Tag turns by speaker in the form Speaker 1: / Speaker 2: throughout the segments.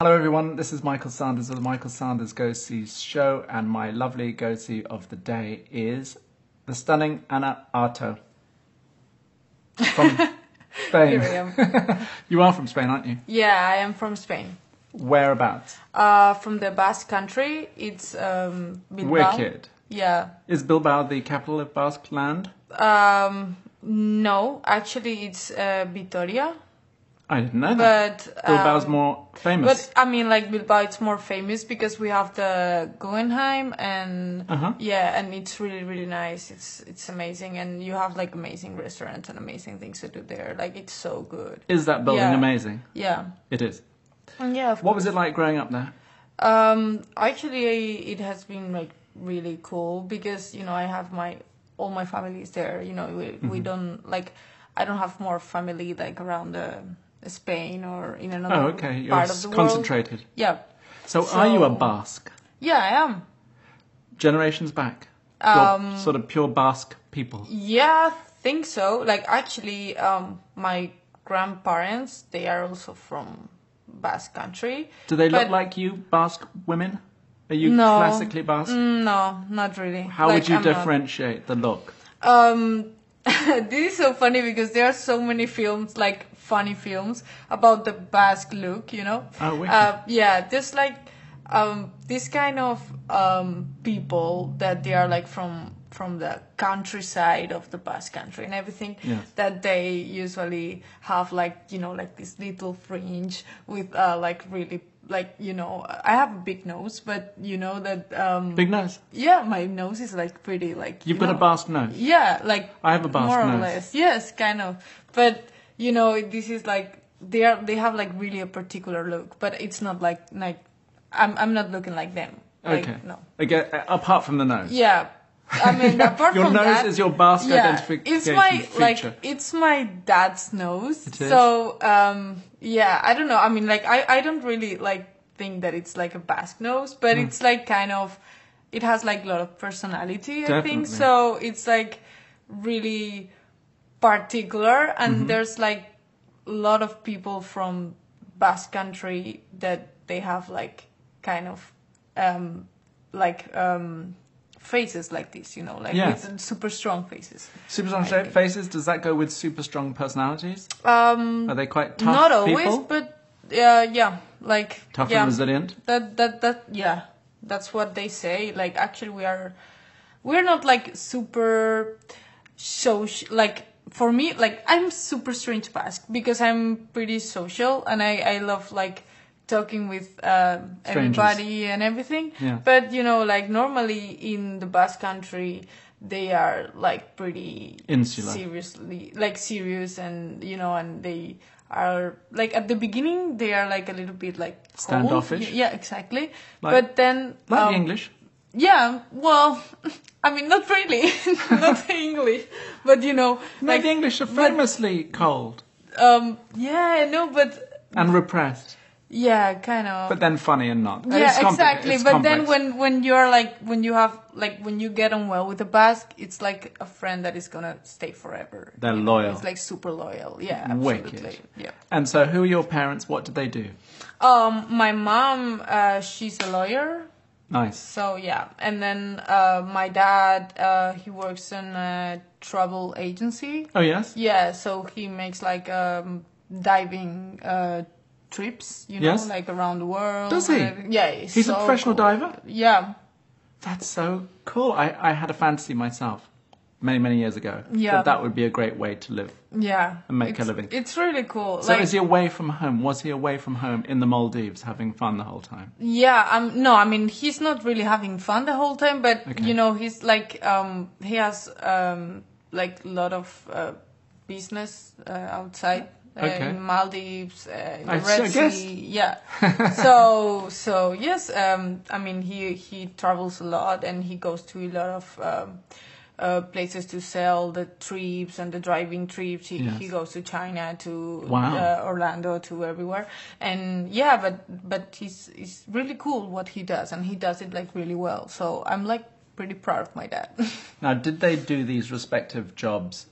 Speaker 1: Hello, everyone. This is Michael Sanders of the Michael Sanders Go See Show, and my lovely go see of the day is the stunning Anna Arto from
Speaker 2: Here I
Speaker 1: Spain.
Speaker 2: am.
Speaker 1: you are from Spain, aren't you?
Speaker 2: yeah, I am from Spain.
Speaker 1: Whereabouts?
Speaker 2: Uh, from the Basque country. It's um, Bilbao.
Speaker 1: Wicked.
Speaker 2: Yeah.
Speaker 1: Is Bilbao the capital of Basque land?
Speaker 2: Um, no, actually, it's uh, Vitoria.
Speaker 1: I didn't know that.
Speaker 2: But um,
Speaker 1: Bilbao's more famous.
Speaker 2: But I mean, like Bilbao, it's more famous because we have the Guggenheim, and
Speaker 1: Uh-huh.
Speaker 2: yeah, and it's really, really nice. It's it's amazing, and you have like amazing restaurants and amazing things to do there. Like it's so good.
Speaker 1: is that building
Speaker 2: yeah.
Speaker 1: amazing?
Speaker 2: Yeah,
Speaker 1: It is.
Speaker 2: and yeah.
Speaker 1: What was it like growing up there?
Speaker 2: Um, actually, it has been like really cool because you know I have my all my family is there. You know, we we
Speaker 1: Mm-hmm.
Speaker 2: don't like I don't have more family like around uh, Spain or in another
Speaker 1: Oh, okay. You're
Speaker 2: part of
Speaker 1: s-
Speaker 2: the world.
Speaker 1: concentrated.
Speaker 2: Yeah,
Speaker 1: So, are you a
Speaker 2: So-
Speaker 1: Basque?
Speaker 2: yeah, I am.
Speaker 1: Generations back?
Speaker 2: Um,
Speaker 1: You're sort of pure Basque people.
Speaker 2: Yeah, I think so. Like actually, um, my grandparents they are also from Basque country.
Speaker 1: Do they look
Speaker 2: but-
Speaker 1: like you, Basque women? Are you
Speaker 2: No.
Speaker 1: classically Basque?
Speaker 2: Mm, No, not really.
Speaker 1: How
Speaker 2: Like,
Speaker 1: would you
Speaker 2: I'm not.
Speaker 1: differentiate the look?
Speaker 2: Um, this is so funny because there are so many films, like funny films, about the Basque look, you know?
Speaker 1: Oh, wicked.
Speaker 2: Uh, yeah, just like um, this kind of um, people that they are like from from the countryside of the Basque country and everything
Speaker 1: Yes.
Speaker 2: that they usually have like you know like this little fringe with uh, like really like you know I have a big nose but you know that um,
Speaker 1: Big nose.
Speaker 2: yeah my nose is like pretty like
Speaker 1: You've
Speaker 2: you
Speaker 1: got a
Speaker 2: know.
Speaker 1: Basque nose.
Speaker 2: Yeah, like
Speaker 1: I have a Basque
Speaker 2: more or
Speaker 1: nose.
Speaker 2: less. Yes, kind of. But you know, this is like they are they have like really a particular look, but it's not like like I'm I'm not looking like them. Like,
Speaker 1: okay.
Speaker 2: No.
Speaker 1: Again, uh, apart from the nose.
Speaker 2: Yeah. I mean, apart
Speaker 1: Your
Speaker 2: from
Speaker 1: nose
Speaker 2: that,
Speaker 1: is your Basque
Speaker 2: yeah,
Speaker 1: identification
Speaker 2: it's my
Speaker 1: feature.
Speaker 2: like it's my dad's nose.
Speaker 1: It is.
Speaker 2: So um, yeah, I don't know. I mean, like I I don't really like think that it's like a Basque nose, but
Speaker 1: Hmm.
Speaker 2: it's like kind of it has like a lot of personality. I
Speaker 1: Definitely.
Speaker 2: think so. It's like really particular, and
Speaker 1: Mm-hmm.
Speaker 2: there's like a lot of people from Basque country that they have like kind of um, like um, faces like this, you know, like
Speaker 1: Yeah.
Speaker 2: with super strong faces.
Speaker 1: Super strong
Speaker 2: I think.
Speaker 1: faces, does that go with super strong personalities?
Speaker 2: Um,
Speaker 1: Are they quite tough
Speaker 2: not always,
Speaker 1: people?
Speaker 2: but uh, yeah, like
Speaker 1: Tough
Speaker 2: yeah,
Speaker 1: and resilient?
Speaker 2: That that that yeah, that's what they say. Like actually, we are we're not like super social. Like for me, like I'm super strange Basque because I'm pretty social and I I love like talking with uh,
Speaker 1: Strangers.
Speaker 2: everybody and everything.
Speaker 1: Yeah.
Speaker 2: But you know, like normally in the Basque country, they are like pretty
Speaker 1: Insular.
Speaker 2: seriously like serious and you know and they are like at the beginning they are like a little bit like cold.
Speaker 1: Standoffish?
Speaker 2: yeah exactly
Speaker 1: Like-
Speaker 2: but then
Speaker 1: Like
Speaker 2: um,
Speaker 1: the English?
Speaker 2: yeah well i mean not really not the english but you know
Speaker 1: No,
Speaker 2: like
Speaker 1: the English are
Speaker 2: but-
Speaker 1: famously cold
Speaker 2: um yeah no but
Speaker 1: and repressed,
Speaker 2: yeah kind of
Speaker 1: but then funny and not. It's
Speaker 2: Mm. yeah
Speaker 1: compli-
Speaker 2: exactly
Speaker 1: it's
Speaker 2: but then
Speaker 1: complex.
Speaker 2: when when you're like when you have like when you get on well with a basque it's like a friend that is gonna stay forever
Speaker 1: They're
Speaker 2: you
Speaker 1: loyal.
Speaker 2: it's like super loyal yeah
Speaker 1: Wicked.
Speaker 2: absolutely yeah
Speaker 1: And so, who are your parents? What did they do?
Speaker 2: um my mom uh she's a lawyer
Speaker 1: Nice.
Speaker 2: so yeah and then uh my dad uh he works in a travel agency
Speaker 1: Oh, yes?
Speaker 2: yeah so he makes like um diving uh trips you know
Speaker 1: Yes.
Speaker 2: like around the world
Speaker 1: Does
Speaker 2: and
Speaker 1: he?
Speaker 2: everything. yeah it's
Speaker 1: He's a
Speaker 2: so
Speaker 1: professional
Speaker 2: cool.
Speaker 1: diver?
Speaker 2: yeah
Speaker 1: That's so cool. I, I had a fantasy myself many, many years ago
Speaker 2: Yeah.
Speaker 1: that that would be a great way to live.
Speaker 2: Yeah.
Speaker 1: and make a
Speaker 2: it's,
Speaker 1: living.
Speaker 2: It's really cool.
Speaker 1: So,
Speaker 2: like,
Speaker 1: is he away from home? Was he away from home in the Maldives having fun the whole time?
Speaker 2: yeah, um, no, I mean, he's not really having fun the whole time, but,
Speaker 1: Okay.
Speaker 2: you know, he's like, um, he has, um, like, a lot of uh, business uh, outside. Uh,
Speaker 1: Okay.
Speaker 2: In Maldives, uh, in the
Speaker 1: I s- I
Speaker 2: Red
Speaker 1: guessed.
Speaker 2: Sea, yeah. so, so yes, um, I mean he he travels a lot and he goes to a lot of um, uh, places to sell the trips and the driving trips. He
Speaker 1: Yes.
Speaker 2: he goes to China to
Speaker 1: Wow.
Speaker 2: uh, Orlando to everywhere, and yeah, but but he's he's really cool what he does, and he does it like really well. So I'm like pretty proud of my dad.
Speaker 1: Now, did they do these respective jobs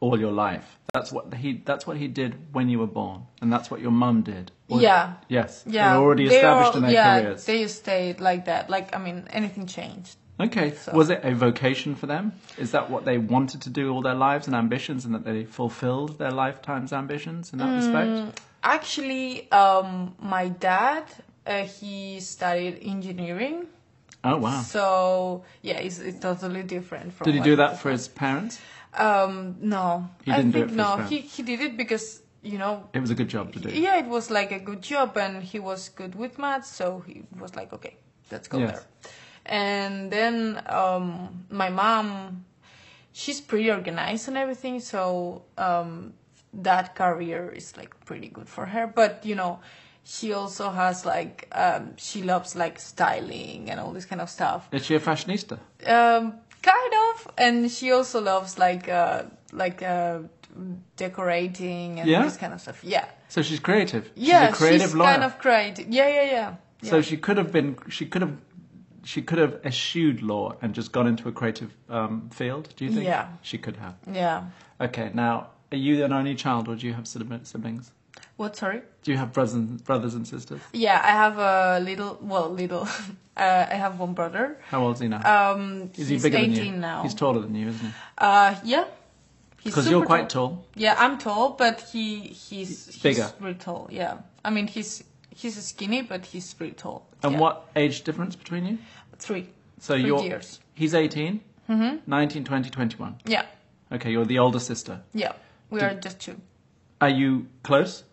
Speaker 1: all your life. That's what he. That's what he did when you were born, and that's what your mum did. Or-
Speaker 2: Yeah.
Speaker 1: Yes.
Speaker 2: Yeah,
Speaker 1: They're already
Speaker 2: they
Speaker 1: established
Speaker 2: all-
Speaker 1: in their
Speaker 2: yeah,
Speaker 1: careers.
Speaker 2: they stayed like that. Like I mean, anything changed?
Speaker 1: okay. Was it a vocation for them? Is that what they wanted to do all their lives and ambitions, and that they fulfilled their lifetime's ambitions in that
Speaker 2: Mm.
Speaker 1: respect?
Speaker 2: Actually, um, my dad uh, he studied engineering,
Speaker 1: Oh wow.
Speaker 2: so yeah, it's, it's totally different from.
Speaker 1: Did he
Speaker 2: what
Speaker 1: do
Speaker 2: it
Speaker 1: that
Speaker 2: was
Speaker 1: for his parents?
Speaker 2: like. Um, no,
Speaker 1: He
Speaker 2: I
Speaker 1: didn't
Speaker 2: think
Speaker 1: do it for his
Speaker 2: no.
Speaker 1: parents.
Speaker 2: he he did it because you know.
Speaker 1: It was a good job to do.
Speaker 2: Yeah, it was like a good job, and he was good with maths, so he was like, okay, let's go
Speaker 1: Yes.
Speaker 2: there. And then um, my mom, she's pretty organized and everything, so um, that career is like pretty good for her. But you know, she also has like um, she loves like styling and all this kind of stuff
Speaker 1: Is she a fashionista?
Speaker 2: um, kind of, and she also loves like uh, like uh, decorating and
Speaker 1: Yeah?
Speaker 2: this kind of stuff. Yeah,
Speaker 1: So she's creative.
Speaker 2: yeah,
Speaker 1: she's a creative lawyer.
Speaker 2: kind of creative. Yeah, yeah, yeah. yeah.
Speaker 1: So she could have been. She could have. She could have eschewed law and just gone into a creative um, field. Do you think?
Speaker 2: Yeah.
Speaker 1: She could have.
Speaker 2: yeah.
Speaker 1: Okay. Now, are you an only child, or do you have sibli- siblings?
Speaker 2: What? Sorry.
Speaker 1: Do you have brothers and, brothers and sisters?
Speaker 2: Yeah, I have a little. Well, little. uh, I have one brother.
Speaker 1: How old is he now?
Speaker 2: Um,
Speaker 1: is he
Speaker 2: he's
Speaker 1: bigger
Speaker 2: 18
Speaker 1: than you?
Speaker 2: now.
Speaker 1: He's taller than you, isn't he?
Speaker 2: uh, yeah. He's
Speaker 1: Because you're
Speaker 2: super
Speaker 1: quite tall.
Speaker 2: Yeah, I'm tall, but he he's, he's
Speaker 1: bigger.
Speaker 2: Really tall. Yeah, I mean he's he's skinny, but he's pretty tall.
Speaker 1: And
Speaker 2: Yeah.
Speaker 1: what age difference between you?
Speaker 2: Three.
Speaker 1: So
Speaker 2: Three
Speaker 1: you're.
Speaker 2: years.
Speaker 1: He's 18. Mm-hmm. 19, 20, 21.
Speaker 2: Yeah.
Speaker 1: Okay, you're the older sister.
Speaker 2: Yeah, we
Speaker 1: Did-
Speaker 2: are just two.
Speaker 1: Are you close?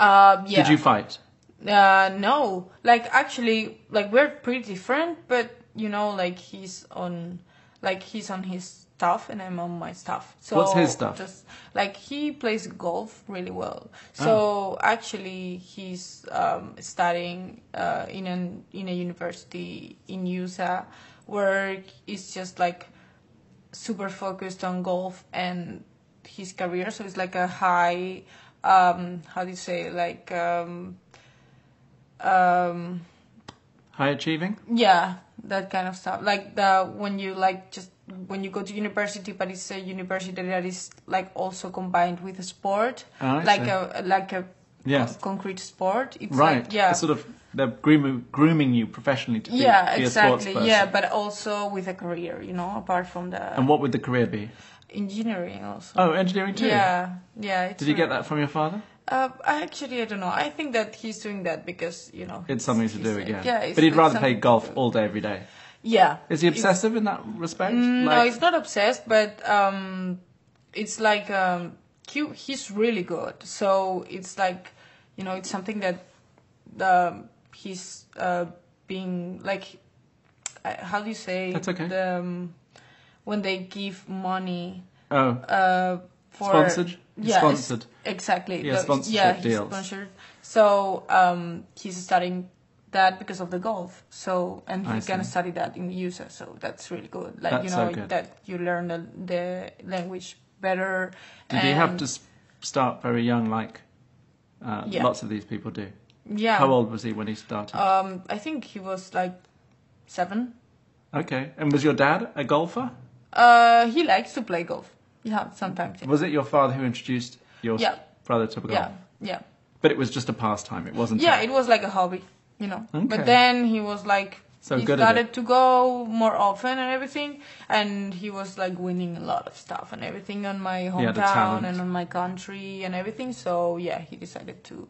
Speaker 2: Um, yeah.
Speaker 1: Did you fight?
Speaker 2: uh, no, like actually, like we're pretty different, but you know, like he's on, like he's on his stuff and I'm on my stuff. So
Speaker 1: What's his stuff?
Speaker 2: Just like he plays golf really well.
Speaker 1: Ah.
Speaker 2: So actually, he's um, studying uh, in an in a university in USA where it's just like super focused on golf and his career. So it's like a high, um, how do you say, like, um, um,
Speaker 1: High achieving?
Speaker 2: yeah, that kind of stuff. Like the when you like just when you go to university, but it's a university that is like also combined with a sport,
Speaker 1: Ah, I
Speaker 2: like
Speaker 1: see.
Speaker 2: a like a
Speaker 1: Yes.
Speaker 2: con- concrete sport. It's
Speaker 1: Right.
Speaker 2: like yeah.
Speaker 1: They're sort of they're grooming, grooming you professionally to be,
Speaker 2: yeah,
Speaker 1: be a sports
Speaker 2: exactly.
Speaker 1: person.
Speaker 2: Yeah, but also with a career, you know, apart from the
Speaker 1: And what would the career be?
Speaker 2: engineering also.
Speaker 1: Oh, engineering too.
Speaker 2: yeah, yeah. It's
Speaker 1: Did you get
Speaker 2: really-
Speaker 1: that from your father?
Speaker 2: Uh, I actually, I don't know. I think that he's doing that because you know
Speaker 1: It's something to
Speaker 2: he's-
Speaker 1: do
Speaker 2: he's-
Speaker 1: again.
Speaker 2: Yeah, it's-
Speaker 1: but he'd
Speaker 2: it's
Speaker 1: rather play
Speaker 2: something
Speaker 1: golf
Speaker 2: to do.
Speaker 1: all day every day.
Speaker 2: Yeah,
Speaker 1: Is he
Speaker 2: It's-
Speaker 1: obsessive in that respect?
Speaker 2: Mm, no, he's not obsessed, but um, it's like um, he, he's really good. So it's like you know, it's something that um, he's uh, being like, uh, how do you say?
Speaker 1: That's okay.
Speaker 2: The, um, when they give money
Speaker 1: oh,
Speaker 2: uh, for
Speaker 1: Sponsored? He's
Speaker 2: Yeah, it's-
Speaker 1: sponsored.
Speaker 2: Exactly.
Speaker 1: Yeah,
Speaker 2: Those-
Speaker 1: sponsorship
Speaker 2: yeah, he's
Speaker 1: deals.
Speaker 2: sponsored. So um, he's studying that because of the golf. So and
Speaker 1: I
Speaker 2: he can
Speaker 1: see.
Speaker 2: study that in USA. So that's really good. Like you
Speaker 1: That's so
Speaker 2: know
Speaker 1: good.
Speaker 2: that you learn the, the language better.
Speaker 1: did he have
Speaker 2: and-
Speaker 1: to s- start very young, like uh,
Speaker 2: Yeah.
Speaker 1: lots of these people do?
Speaker 2: Yeah.
Speaker 1: How old was he when he started?
Speaker 2: Um, I think he was like seven. Oh.
Speaker 1: okay, and was your dad a golfer?
Speaker 2: Uh, he likes to play golf. Yeah, sometimes.
Speaker 1: Was it your father who introduced your s-
Speaker 2: Yeah.
Speaker 1: brother to golf?
Speaker 2: Yeah, yeah.
Speaker 1: But it was just a pastime. It wasn't.
Speaker 2: yeah it was like a hobby you know
Speaker 1: Okay.
Speaker 2: but then he was like
Speaker 1: So
Speaker 2: he
Speaker 1: good at
Speaker 2: started to go more often and everything and he was like winning a lot of stuff and everything on my
Speaker 1: had a
Speaker 2: hometown
Speaker 1: talent.
Speaker 2: and on my country and everything so yeah he decided to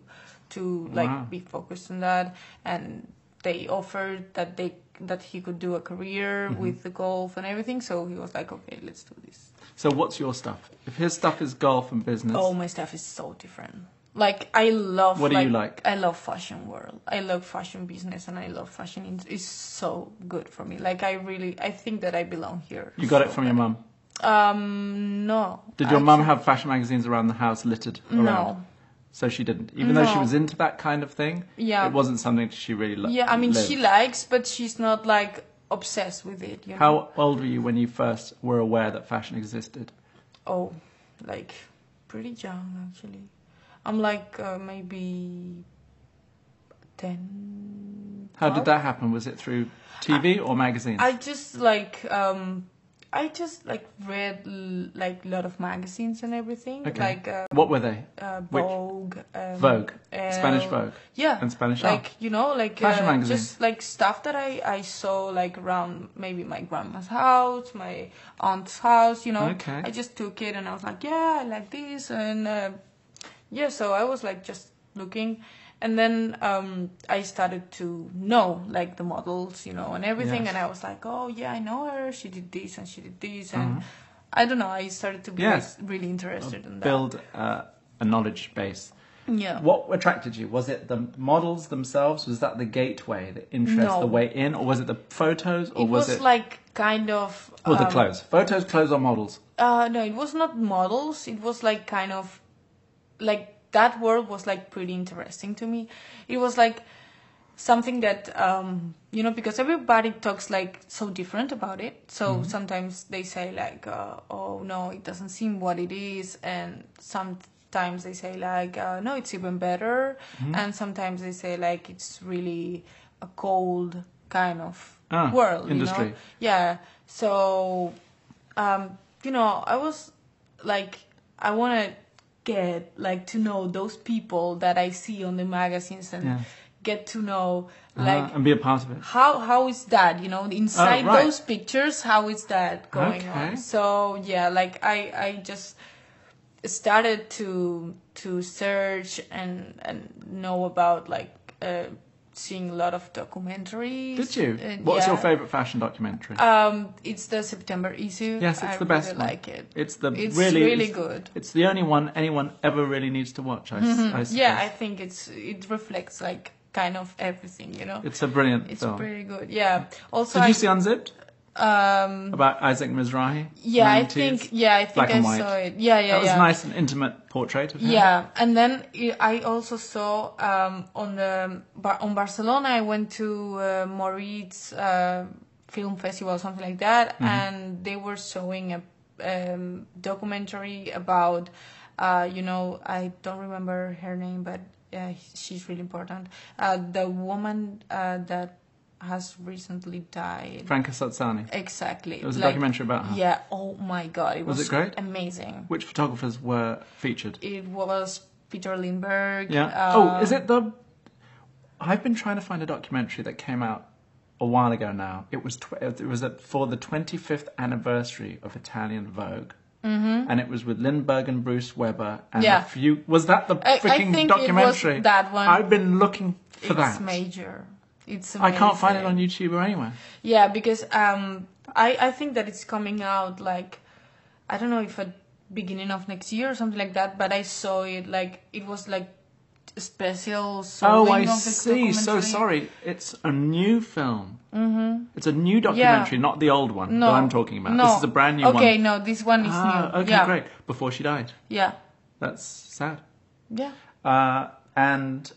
Speaker 2: to like
Speaker 1: Wow.
Speaker 2: be focused on that and they offered that they that he could do a career
Speaker 1: Mm-hmm.
Speaker 2: with the golf and everything so he was like okay let's do this
Speaker 1: So what's your stuff? If his stuff is golf and business,
Speaker 2: Oh, my stuff is so different. Like I love.
Speaker 1: What do you like?
Speaker 2: I love fashion world. I love fashion business, and I love fashion. in- It's so good for me. Like I really, I think that I belong here.
Speaker 1: you got it
Speaker 2: So
Speaker 1: from your
Speaker 2: bad.
Speaker 1: mum.
Speaker 2: Um, no.
Speaker 1: Did your mum
Speaker 2: Actually-
Speaker 1: have fashion magazines around the house littered around?
Speaker 2: No.
Speaker 1: So she didn't. Even though she
Speaker 2: No.
Speaker 1: was into that kind of thing,
Speaker 2: Yeah.
Speaker 1: it wasn't something she really loved.
Speaker 2: Yeah, I mean she likes, but she's not like obsessed with it. You know.
Speaker 1: How old were you when you first were aware that fashion existed?
Speaker 2: Oh, like pretty young actually. I'm like uh, maybe ten.
Speaker 1: How did that happen? Was it through TV or magazines?
Speaker 2: I just like um I just like read l- like a lot of magazines and everything,
Speaker 1: Okay.
Speaker 2: like uh,
Speaker 1: What were they?
Speaker 2: uh,
Speaker 1: Which-
Speaker 2: Vogue, um,
Speaker 1: Vogue,
Speaker 2: uh,
Speaker 1: Spanish Vogue,
Speaker 2: yeah,
Speaker 1: and Spanish
Speaker 2: like
Speaker 1: Art.
Speaker 2: you know, like
Speaker 1: Fashion
Speaker 2: uh,
Speaker 1: magazine.
Speaker 2: just like stuff that I I saw like around maybe my grandma's house, my aunt's house, you know.
Speaker 1: Okay.
Speaker 2: I just took it and I was like, yeah, I like this, and uh, yeah, so I was like just looking. And then um, I started to know like the models, you know, and everything.
Speaker 1: Yes.
Speaker 2: And I was like, oh yeah, I know her. She did this and she did this, and I don't know. I started to be
Speaker 1: Mm-hmm. Yes.
Speaker 2: like, really interested in that.
Speaker 1: Build uh, a knowledge base.
Speaker 2: yeah.
Speaker 1: What attracted you? Was it the models themselves? Was that the gateway, the interest,
Speaker 2: No.
Speaker 1: the way in, or was it the photos, or
Speaker 2: it was,
Speaker 1: it
Speaker 2: like kind of
Speaker 1: or the
Speaker 2: um,
Speaker 1: clothes? Photos, clothes, or models?
Speaker 2: uh no it was not models it was like kind of like that world was like pretty interesting to me it was like something that um you know because everybody talks like so different about it so
Speaker 1: Mm-hmm.
Speaker 2: sometimes they say like uh, oh no it doesn't seem what it is and sometimes they say like uh, no it's even better
Speaker 1: Mm-hmm.
Speaker 2: and sometimes they say like it's really a cold kind of
Speaker 1: Ah,
Speaker 2: world you
Speaker 1: industry.
Speaker 2: know yeah so um you know i was like i want to get like to know those people that i see on the magazines and
Speaker 1: Yeah.
Speaker 2: get to know
Speaker 1: Uh,
Speaker 2: Uh-huh. like
Speaker 1: and be a part of it.
Speaker 2: how how is that you know inside
Speaker 1: Oh, right.
Speaker 2: those pictures how is that going
Speaker 1: Okay.
Speaker 2: on so yeah like i i just started to to search and and know about like uh seeing a lot of documentaries
Speaker 1: Did you?
Speaker 2: and-
Speaker 1: What's your
Speaker 2: uh, yeah.
Speaker 1: favorite fashion documentary?
Speaker 2: Um, it's the September issue.
Speaker 1: yes, it's
Speaker 2: I
Speaker 1: the best
Speaker 2: really
Speaker 1: one.
Speaker 2: like it.
Speaker 1: It's the
Speaker 2: It's
Speaker 1: really,
Speaker 2: really
Speaker 1: it's-
Speaker 2: good.
Speaker 1: It's the only one anyone ever really needs to watch. I, s- I suppose.
Speaker 2: Mm-hmm. yeah, I think it's it reflects like kind of everything, you know.
Speaker 1: it's a brilliant
Speaker 2: It's
Speaker 1: film.
Speaker 2: pretty good. Yeah. Also,
Speaker 1: Did
Speaker 2: I,
Speaker 1: you see Unzipped
Speaker 2: um,
Speaker 1: about Isaac Mizrahi?
Speaker 2: yeah, I
Speaker 1: 90s?
Speaker 2: think yeah, I think
Speaker 1: black
Speaker 2: I
Speaker 1: and white.
Speaker 2: saw it. Yeah, yeah,
Speaker 1: that was
Speaker 2: yeah.
Speaker 1: a nice and intimate portrait of him.
Speaker 2: Yeah, and then i- I also saw um, on the Bar- on Barcelona. I went to uh, Moritz uh, Film Festival, or something like that,
Speaker 1: Mm-hmm.
Speaker 2: and they were showing a um, documentary about, uh, you know, I don't remember her name, but uh, she's really important. Uh, the woman uh, that has recently died.
Speaker 1: Franca Sazzani.
Speaker 2: Exactly. It
Speaker 1: was a documentary about her.
Speaker 2: Yeah. Oh my god, it was,
Speaker 1: Was it great?
Speaker 2: Amazing.
Speaker 1: Which photographers were featured?
Speaker 2: It was Peter Lindbergh. uh,
Speaker 1: Yeah. oh, is it
Speaker 2: Um,
Speaker 1: the? I've been trying to find a documentary that came out a while ago now. It was tw- it was at, for the 25th anniversary of Italian Vogue, mm-hmm. and it was with Lindbergh and Bruce Weber. And
Speaker 2: Yeah.
Speaker 1: a few was that the
Speaker 2: I- I
Speaker 1: freaking
Speaker 2: think it was
Speaker 1: documentary?
Speaker 2: that one.
Speaker 1: I've been looking for
Speaker 2: It's
Speaker 1: that.
Speaker 2: major. It's
Speaker 1: I
Speaker 2: amazing.
Speaker 1: can't find it on YouTube or anywhere.
Speaker 2: Yeah, because um, I I think that it's coming out like I don't know if at beginning of next year or something like that. But I saw it like it was like special.
Speaker 1: Oh,
Speaker 2: showing
Speaker 1: I
Speaker 2: of the
Speaker 1: see. So
Speaker 2: documentary.
Speaker 1: sorry. It's a new film. Mm-hmm. It's a new documentary, not the old one
Speaker 2: No,
Speaker 1: that I'm talking about.
Speaker 2: No.
Speaker 1: This is a brand new one.
Speaker 2: Okay, no, this one is
Speaker 1: Ah,
Speaker 2: new.
Speaker 1: okay,
Speaker 2: yeah.
Speaker 1: great. Before she died.
Speaker 2: Yeah.
Speaker 1: That's sad.
Speaker 2: Yeah.
Speaker 1: Uh, and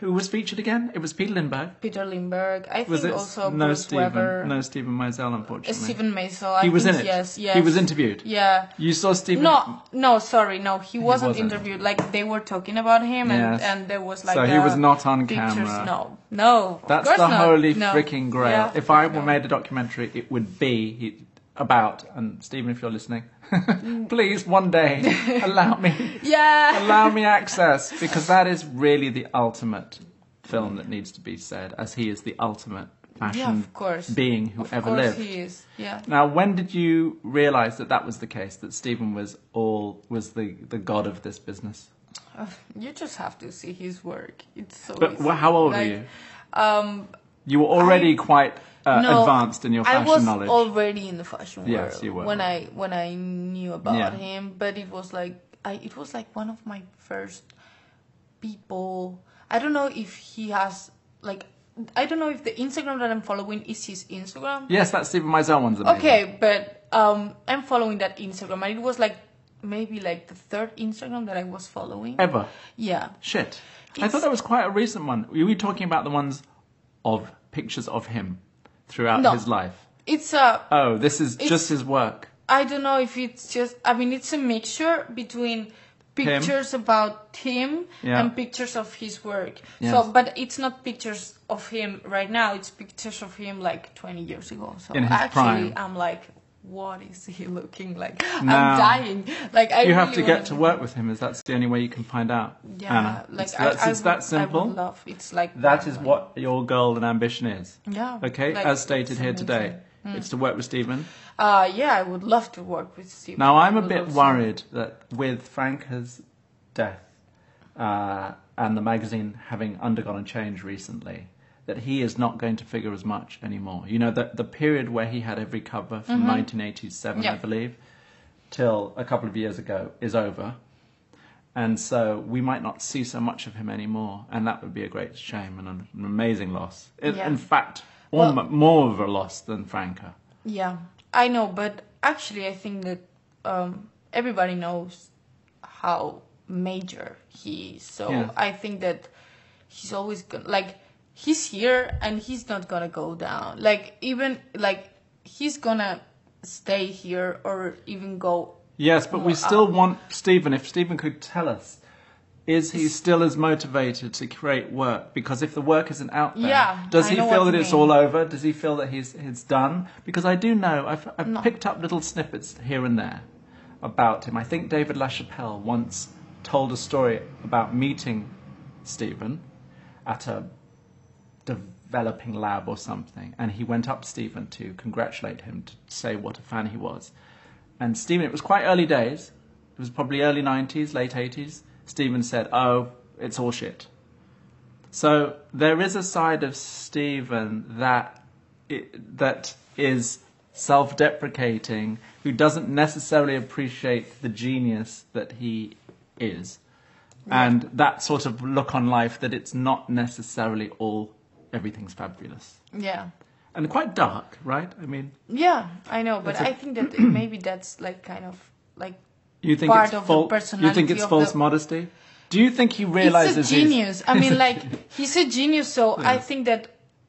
Speaker 1: who was featured again? It was Peter Lindbergh.
Speaker 2: Peter Lindbergh. I
Speaker 1: Was
Speaker 2: think
Speaker 1: it
Speaker 2: also
Speaker 1: no
Speaker 2: Bruce
Speaker 1: Stephen?
Speaker 2: Weber.
Speaker 1: No Stephen Meisel, unfortunately.
Speaker 2: Uh, Stephen Maisel. I
Speaker 1: he was in
Speaker 2: think
Speaker 1: it.
Speaker 2: Yes. Yes.
Speaker 1: He was interviewed.
Speaker 2: Yeah.
Speaker 1: You saw Stephen.
Speaker 2: No, no, sorry, no, he wasn't,
Speaker 1: wasn't.
Speaker 2: interviewed. Like they were talking about him, and,
Speaker 1: Yes.
Speaker 2: and there was like
Speaker 1: So he
Speaker 2: the
Speaker 1: was not on
Speaker 2: pictures.
Speaker 1: camera.
Speaker 2: No, no, of
Speaker 1: That's
Speaker 2: course
Speaker 1: the
Speaker 2: not.
Speaker 1: holy
Speaker 2: no.
Speaker 1: freaking grail.
Speaker 2: Yeah,
Speaker 1: if I
Speaker 2: no.
Speaker 1: were made a documentary, it would be he- about. And Stephen, if you're listening, please one day allow me
Speaker 2: yeah,
Speaker 1: allow me access because that is really the ultimate film that needs to be said, as he is the ultimate fashion
Speaker 2: yeah, of course,
Speaker 1: being who
Speaker 2: of
Speaker 1: ever
Speaker 2: course
Speaker 1: lived.
Speaker 2: he is. Yeah,
Speaker 1: Now, when did you realise that that was the case? That Stephen was all was the the god of this business?
Speaker 2: Ugh, you just have to see his work. It's so.
Speaker 1: But
Speaker 2: easy.
Speaker 1: wh- how old were
Speaker 2: like,
Speaker 1: you?
Speaker 2: Um,
Speaker 1: You were already quite uh,
Speaker 2: no,
Speaker 1: advanced in your
Speaker 2: I
Speaker 1: fashion
Speaker 2: was
Speaker 1: knowledge.
Speaker 2: already in the fashion world
Speaker 1: Yes, you were.
Speaker 2: when I when I knew about
Speaker 1: Yeah.
Speaker 2: him, but it was like I it was like one of my first people. I don't know if he has like I don't know if the Instagram that I'm following is his Instagram.
Speaker 1: yes, that Stephen Meisel one's amazing.
Speaker 2: Okay, but um I'm following that Instagram and it was like maybe like the third Instagram that I was following.
Speaker 1: Ever
Speaker 2: yeah.
Speaker 1: shit. I
Speaker 2: It's-
Speaker 1: thought that was quite a recent one. We were talking about the ones of pictures of him throughout
Speaker 2: No.
Speaker 1: his life.
Speaker 2: It's a
Speaker 1: Oh, this is just his work.
Speaker 2: I don't know if it's just. I mean, it's a mixture between pictures about him
Speaker 1: Yeah.
Speaker 2: and pictures of his work.
Speaker 1: Yes.
Speaker 2: So, but it's not pictures of him right now. It's pictures of him like 20 years ago. So
Speaker 1: In his
Speaker 2: actually,
Speaker 1: prime.
Speaker 2: I'm like, what is he looking like?
Speaker 1: No.
Speaker 2: I'm dying. Like I
Speaker 1: you have to
Speaker 2: really
Speaker 1: get to
Speaker 2: wanna-
Speaker 1: work with him, as that's the only way you can find out.
Speaker 2: Yeah,
Speaker 1: Anna.
Speaker 2: like
Speaker 1: it's,
Speaker 2: I,
Speaker 1: that's,
Speaker 2: I
Speaker 1: it's
Speaker 2: would-
Speaker 1: that
Speaker 2: I
Speaker 1: simple.
Speaker 2: would love. It's like
Speaker 1: That is what your goal and ambition is.
Speaker 2: Yeah.
Speaker 1: Okay,
Speaker 2: like,
Speaker 1: as stated
Speaker 2: it's
Speaker 1: here today,
Speaker 2: amazing.
Speaker 1: it's to work with Stephen.
Speaker 2: Uh, yeah, I would love to work with Steve.
Speaker 1: Now I'm
Speaker 2: I
Speaker 1: a
Speaker 2: would
Speaker 1: bit
Speaker 2: love to.
Speaker 1: worried that with Franca's death uh, and the magazine having undergone a change recently, that he is not going to figure as much anymore. You know, the the period where he had every cover from
Speaker 2: Mm-hmm.
Speaker 1: 1987, I
Speaker 2: Yeah.
Speaker 1: believe, till a couple of years ago is over, and so we might not see so much of him anymore, and that would be a great shame and an amazing loss. In,
Speaker 2: Yeah.
Speaker 1: in fact,
Speaker 2: Well-
Speaker 1: almo- more of a loss than Franca.
Speaker 2: Yeah, I know, but actually, I think that um, everybody knows how major he is. So
Speaker 1: Yeah.
Speaker 2: I think that he's always gonna like he's here and he's not gonna go down. Like even like he's gonna stay here or even go.
Speaker 1: Yes, but
Speaker 2: Oh,
Speaker 1: we still
Speaker 2: uh,
Speaker 1: want Stephen. If Stephen could tell us, is he still as motivated to create work? Because if the work isn't out there,
Speaker 2: Yeah,
Speaker 1: does
Speaker 2: I
Speaker 1: he
Speaker 2: know
Speaker 1: feel
Speaker 2: what
Speaker 1: that
Speaker 2: you
Speaker 1: it's
Speaker 2: mean.
Speaker 1: all over? Does he feel that he's it's done? Because I do know I've, I've
Speaker 2: No.
Speaker 1: picked up little snippets here and there about him. I think David LaChapelle once told a story about meeting Stephen at a developing lab or something, and he went up to Stephen to congratulate him to say what a fan he was. And Stephen, it was quite early days. It was probably early '90s, late '80s. Stephen said, "Oh, it's all shit." So there is a side of Stephen that that is self-deprecating, who doesn't necessarily appreciate the genius that he is, and that sort of look on life that it's not necessarily all everything's fabulous
Speaker 2: Yeah,
Speaker 1: and quite dark, right? I mean,
Speaker 2: yeah, I know, but
Speaker 1: That's a-
Speaker 2: I think that maybe that's like kind of like
Speaker 1: you think
Speaker 2: Part
Speaker 1: it's
Speaker 2: of the
Speaker 1: false. You think
Speaker 2: personality
Speaker 1: it's
Speaker 2: of
Speaker 1: false
Speaker 2: the-
Speaker 1: modesty? Do you think he realizes
Speaker 2: he's a
Speaker 1: he's-
Speaker 2: genius. I mean, like he's a genius. So I think that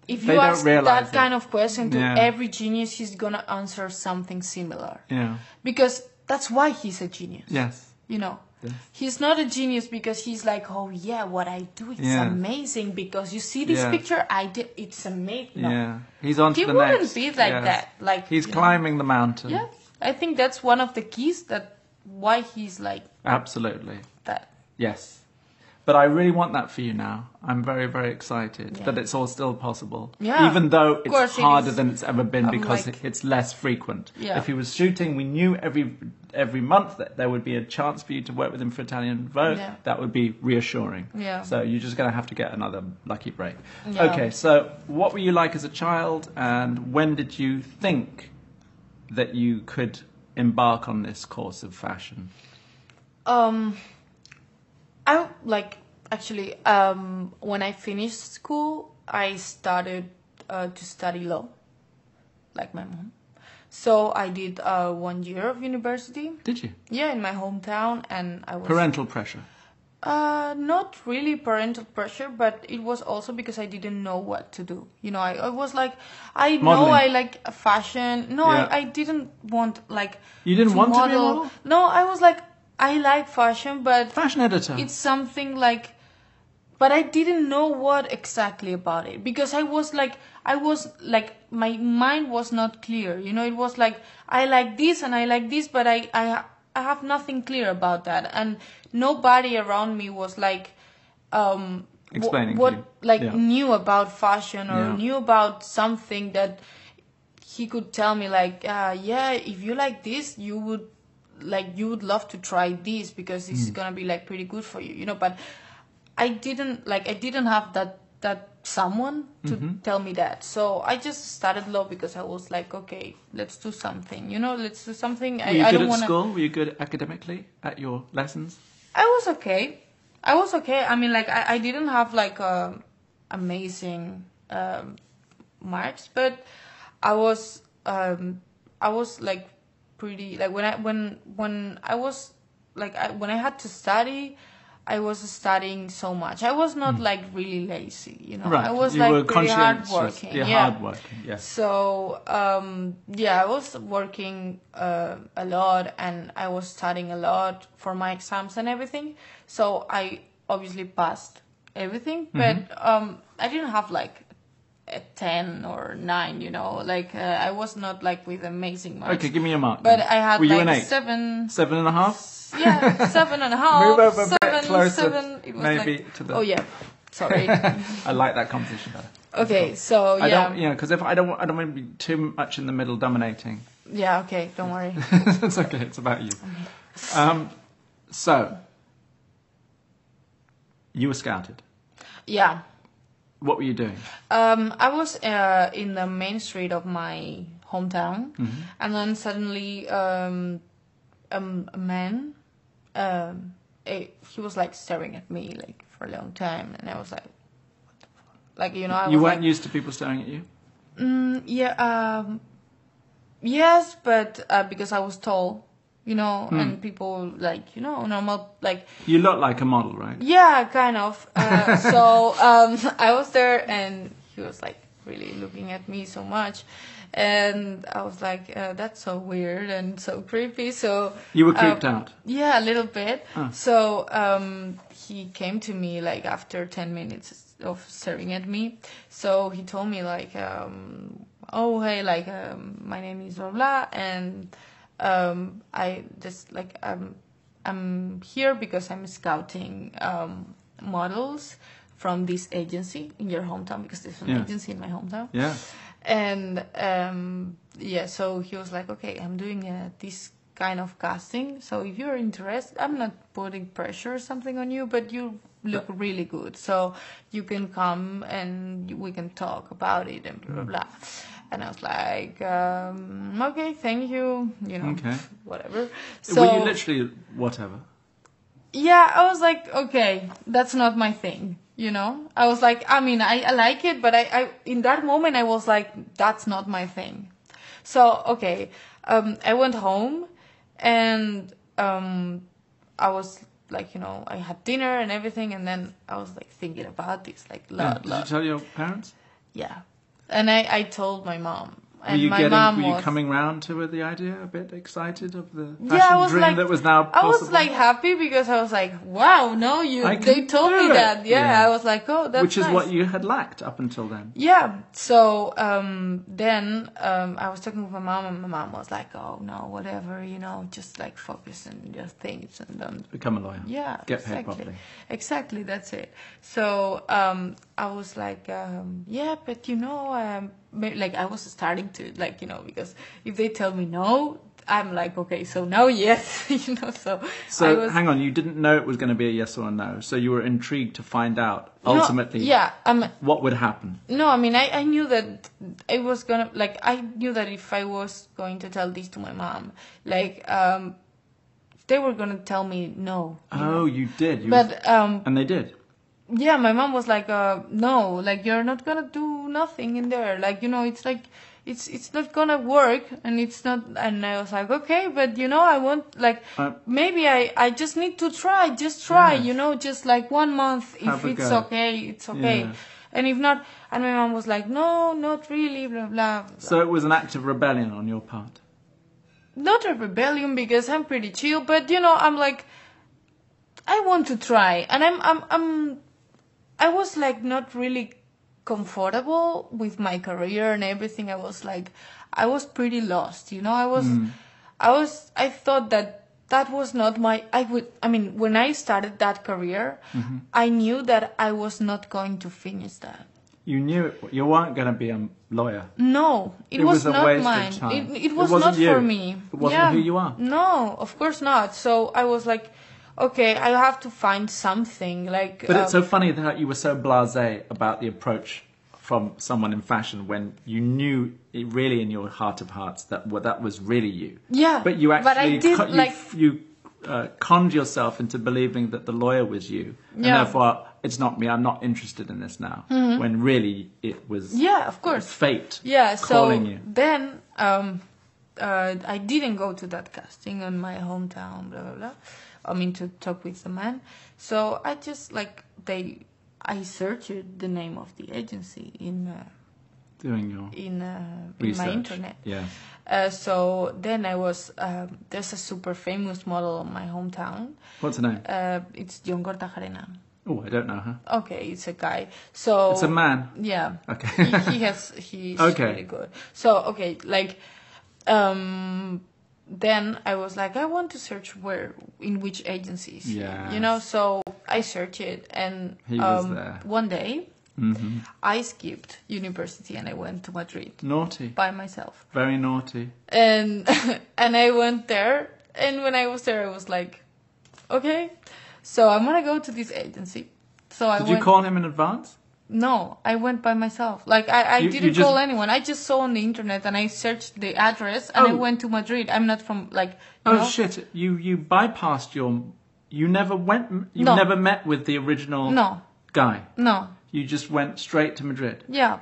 Speaker 2: if
Speaker 1: They
Speaker 2: you
Speaker 1: don't
Speaker 2: ask
Speaker 1: realize
Speaker 2: that
Speaker 1: it.
Speaker 2: kind of question to
Speaker 1: Yeah.
Speaker 2: every genius, he's gonna answer something similar
Speaker 1: Yeah.
Speaker 2: because that's why he's a genius.
Speaker 1: Yes.
Speaker 2: You know,
Speaker 1: Yes.
Speaker 2: he's not a genius because he's like, oh yeah, what I do is
Speaker 1: Yeah.
Speaker 2: amazing because you see this
Speaker 1: Yeah.
Speaker 2: picture I did. It's amazing. No.
Speaker 1: Yeah. He's on
Speaker 2: He
Speaker 1: to the
Speaker 2: wouldn't
Speaker 1: next.
Speaker 2: be like
Speaker 1: Yes.
Speaker 2: that. Like
Speaker 1: He's
Speaker 2: you know.
Speaker 1: climbing the mountain.
Speaker 2: Yeah, I think that's one of the keys that why he's like
Speaker 1: Absolutely.
Speaker 2: that.
Speaker 1: Yes. But I really want that for you now. I'm very, very excited
Speaker 2: Yeah.
Speaker 1: that it's all still possible.
Speaker 2: Yeah.
Speaker 1: Even though
Speaker 2: course
Speaker 1: it's
Speaker 2: it
Speaker 1: harder
Speaker 2: is.
Speaker 1: than it's ever been
Speaker 2: I'm
Speaker 1: because
Speaker 2: like-
Speaker 1: it's less frequent.
Speaker 2: Yeah.
Speaker 1: If he was shooting, we knew every every month that there would be a chance for you to work with him for Italian Vogue.
Speaker 2: Yeah.
Speaker 1: That would be reassuring.
Speaker 2: Yeah.
Speaker 1: So you're just going to have to get another lucky break.
Speaker 2: Yeah.
Speaker 1: Okay. So what were you like as a child, and when did you think that you could embark on this course of fashion?
Speaker 2: Um, I like actually um, when I finished school, I started uh, to study law, like my mom. So I did uh, one year of university,
Speaker 1: Did you?
Speaker 2: yeah, in my hometown, and I was
Speaker 1: Parental pressure.
Speaker 2: uh, not really parental pressure, but it was also because I didn't know what to do. You know, I, I was like, I
Speaker 1: Modeling.
Speaker 2: know I like fashion. No,
Speaker 1: Yeah.
Speaker 2: I, I didn't want like
Speaker 1: You didn't want to be a model?
Speaker 2: No, I was like, I like fashion, but
Speaker 1: Fashion editor.
Speaker 2: it's something like but i didn't know what exactly about it because i was like i was like my mind was not clear you know it was like i like this and i like this but i i, I have nothing clear about that and nobody around me was like um wh-
Speaker 1: Explaining to
Speaker 2: what
Speaker 1: you.
Speaker 2: like
Speaker 1: Yeah.
Speaker 2: knew about fashion or
Speaker 1: Yeah.
Speaker 2: knew about something that he could tell me like uh, yeah if you like this you would like you would love to try this because this is gonna be like pretty good for you you know but i didn't like i didn't have that that someone to tell me that so i just started law because i was like okay let's do something you know let's do something
Speaker 1: Were you
Speaker 2: i, I
Speaker 1: good
Speaker 2: don't
Speaker 1: at
Speaker 2: want to
Speaker 1: school? Were you good academically at your lessons?
Speaker 2: I was okay. I was okay. I mean, like I, I didn't have like um amazing um, marks, but I was um, I was like pretty like when I when when I was like I, when I had to study. I was studying so much. I was not like really lazy, you know. I was
Speaker 1: Hmm. you
Speaker 2: like
Speaker 1: were
Speaker 2: pretty
Speaker 1: conscientious.
Speaker 2: hardworking.
Speaker 1: Yeah,
Speaker 2: yeah.
Speaker 1: hardworking. Yes.
Speaker 2: So um, yeah, I was working uh, a lot and I was studying a lot for my exams and everything.
Speaker 1: Mm-hmm.
Speaker 2: So I obviously passed everything, but um, I didn't have like a 10 or 9 you know like uh, i was not like with amazing marks
Speaker 1: Okay, give me a mark.
Speaker 2: but
Speaker 1: then.
Speaker 2: i had
Speaker 1: Were you
Speaker 2: like
Speaker 1: an eight?
Speaker 2: seven
Speaker 1: Seven and a half?
Speaker 2: yeah seven and a half
Speaker 1: Move over a bit
Speaker 2: seven
Speaker 1: closer,
Speaker 2: seven it was
Speaker 1: maybe,
Speaker 2: like,
Speaker 1: to the-
Speaker 2: oh yeah sorry
Speaker 1: I like that competition better.
Speaker 2: okay so
Speaker 1: I
Speaker 2: yeah
Speaker 1: don't, you know, because if I don't, want- I don't want to be too much in the middle dominating.
Speaker 2: yeah okay don't worry
Speaker 1: it's okay. It's about you.
Speaker 2: Mm-hmm.
Speaker 1: Um, so you were scouted.
Speaker 2: yeah
Speaker 1: What were you doing?
Speaker 2: Um, I was uh, in the main street of my hometown,
Speaker 1: Mm-hmm.
Speaker 2: and then suddenly um, um, a man, um, a, he was like staring at me like for a long time, and I was like, what the fuck? like you know, I
Speaker 1: you
Speaker 2: was
Speaker 1: weren't
Speaker 2: like,
Speaker 1: used to people staring at you.
Speaker 2: "Mm, yeah, um, yes, but uh, because I was tall, you know,
Speaker 1: Hmm.
Speaker 2: and people like you know normal like
Speaker 1: You look like a model, right?
Speaker 2: yeah, kind of. Uh, so um, I was there, and he was like really looking at me so much, and I was like, uh, "That's so weird and so creepy." So
Speaker 1: You were
Speaker 2: uh,
Speaker 1: creeped out.
Speaker 2: Yeah, a little bit.
Speaker 1: Ah.
Speaker 2: So um, he came to me like after ten minutes of staring at me. So he told me like, um, "Oh hey, like um, my name is blah blah, and um, I just like um, I'm here because I'm scouting um, models from this agency in your hometown because there's an
Speaker 1: Yeah.
Speaker 2: agency in my hometown."
Speaker 1: Yeah.
Speaker 2: and um, yeah, so he was like, "Okay, I'm doing uh, this kind of casting. So if you're interested, I'm not putting pressure or something on you, but you look really good, so you can come and we can talk about it and blah blah." blah. And I was like, um, "Okay, thank you. You know,
Speaker 1: Okay.
Speaker 2: whatever." So
Speaker 1: were you literally whatever?
Speaker 2: yeah, I was like, okay, that's not my thing, you know? I was like, I mean, I, I like it, but I, I, in that moment, I was like, that's not my thing. So, okay, um, I went home and, um, I was like, you know, I had dinner and everything, and then I was like thinking about this, like,
Speaker 1: Yeah.
Speaker 2: lot,
Speaker 1: Did you
Speaker 2: lot.
Speaker 1: tell your parents?
Speaker 2: Yeah. And I, I told my mom.
Speaker 1: Were
Speaker 2: And
Speaker 1: you
Speaker 2: my
Speaker 1: getting?
Speaker 2: mom
Speaker 1: were you
Speaker 2: was,
Speaker 1: coming round to the idea? A bit excited of the fashion
Speaker 2: yeah, I was
Speaker 1: dream
Speaker 2: like,
Speaker 1: that was now
Speaker 2: I
Speaker 1: possible.
Speaker 2: was like happy because I was like, wow, no, you.
Speaker 1: I
Speaker 2: They
Speaker 1: can
Speaker 2: told
Speaker 1: do
Speaker 2: me
Speaker 1: it.
Speaker 2: that. Yeah,
Speaker 1: Yeah.
Speaker 2: I was like, oh, that's
Speaker 1: which is
Speaker 2: nice.
Speaker 1: what you had lacked up until then.
Speaker 2: Yeah. So um, then um, I was talking with my mom, and my mom was like, "Oh no, whatever, you know, just like focus on your things and don't
Speaker 1: Become a lawyer.
Speaker 2: yeah,
Speaker 1: Get paid
Speaker 2: exactly.
Speaker 1: properly.
Speaker 2: Exactly, that's it. So um, I was like, um, yeah, but you know, um, ma- like I was starting to like you know because if they tell me no, I'm like okay, so now yes, you know. So I
Speaker 1: So
Speaker 2: was,
Speaker 1: hang on, you didn't know it was going to be a yes or a no. So you were intrigued to find out
Speaker 2: No,
Speaker 1: ultimately
Speaker 2: yeah, um,
Speaker 1: what would happen.
Speaker 2: No, I mean, I, I knew that I was gonna, like, I knew that if I was going to tell this to my mom, like, um, they were gonna tell me no.
Speaker 1: Oh, you did. You
Speaker 2: But, um,
Speaker 1: and they did.
Speaker 2: yeah, my mom was like, uh, no, like, you're not gonna do nothing in there. Like, you know, it's like, it's, it's not gonna work and it's not, and I was like, okay, but you know, I want, like,
Speaker 1: Uh,
Speaker 2: maybe I, I just need to try, just try,
Speaker 1: Yeah.
Speaker 2: you know, just like one month if
Speaker 1: Have a
Speaker 2: it's
Speaker 1: go.
Speaker 2: okay, it's okay.
Speaker 1: Yeah.
Speaker 2: And if not, and my mom was like, no, not really, blah, blah.
Speaker 1: So it was an act of rebellion on your part.
Speaker 2: Not a rebellion because I'm pretty chill, but you know, I'm like, I want to try. And I'm, I'm, I'm, I was like not really comfortable with my career and everything. I was like, I was pretty lost, you know, I was, I was, I thought that that was not my, I would, I mean, when I started that career, I knew that I was not going to finish that.
Speaker 1: You knew it, you weren't going to be a lawyer.
Speaker 2: No, it,
Speaker 1: It
Speaker 2: was,
Speaker 1: was a
Speaker 2: not
Speaker 1: waste of
Speaker 2: mine.
Speaker 1: time.
Speaker 2: It, it
Speaker 1: It
Speaker 2: was
Speaker 1: wasn't
Speaker 2: not for
Speaker 1: you.
Speaker 2: me.
Speaker 1: It wasn't
Speaker 2: yeah.
Speaker 1: who you are.
Speaker 2: No, of course not. So I was like, okay, I have to find something. Like,
Speaker 1: But
Speaker 2: uh,
Speaker 1: it's so funny that you were so blasé about the approach from someone in fashion when you knew it really in your heart of hearts that well, that was really you.
Speaker 2: Yeah,
Speaker 1: But you
Speaker 2: but I
Speaker 1: actually
Speaker 2: did,
Speaker 1: co- you,
Speaker 2: like-
Speaker 1: f- you uh, conned yourself into believing that the lawyer was you, and
Speaker 2: Yeah. Mm-hmm.
Speaker 1: therefore it's not me. I'm not interested in this now. When really it was
Speaker 2: yeah, of course.
Speaker 1: fate
Speaker 2: Yeah, so
Speaker 1: calling you.
Speaker 2: then um, uh, I didn't go to that casting in my hometown, blah blah blah. I mean to talk with the man. So I just like they, I searched the name of the agency in uh,
Speaker 1: Doing your
Speaker 2: in uh, in
Speaker 1: research.
Speaker 2: my internet.
Speaker 1: Yeah.
Speaker 2: Uh, so then I was um there's a super famous model in my hometown.
Speaker 1: What's her name?
Speaker 2: Uh, it's John Cortajarena.
Speaker 1: Oh, I don't know her.
Speaker 2: Okay, it's a guy. So
Speaker 1: It's a man.
Speaker 2: Yeah.
Speaker 1: Okay.
Speaker 2: he, he has he's
Speaker 1: Okay.
Speaker 2: really good. So okay, like um then I was like I want to search where in which agencies. You know,
Speaker 1: Yes.
Speaker 2: so I searched it and
Speaker 1: He was
Speaker 2: um,
Speaker 1: there.
Speaker 2: one day
Speaker 1: Mm-hmm.
Speaker 2: I skipped university and I went to Madrid
Speaker 1: Naughty.
Speaker 2: by myself.
Speaker 1: Very naughty.
Speaker 2: And and I went there and when I was there I was like okay, so I'm going to go to this agency. So I
Speaker 1: Did
Speaker 2: went
Speaker 1: you call him in advance?
Speaker 2: no, I went by myself. Like I, I
Speaker 1: You- you
Speaker 2: didn't
Speaker 1: just-
Speaker 2: call anyone. I just saw on the internet and I searched the address and I
Speaker 1: Oh.
Speaker 2: went to Madrid. I'm not from like. you
Speaker 1: Oh
Speaker 2: know?
Speaker 1: shit! You you bypassed your. You never went. You
Speaker 2: No.
Speaker 1: never met with the original
Speaker 2: No,
Speaker 1: guy.
Speaker 2: no,
Speaker 1: You just went straight to Madrid
Speaker 2: yeah,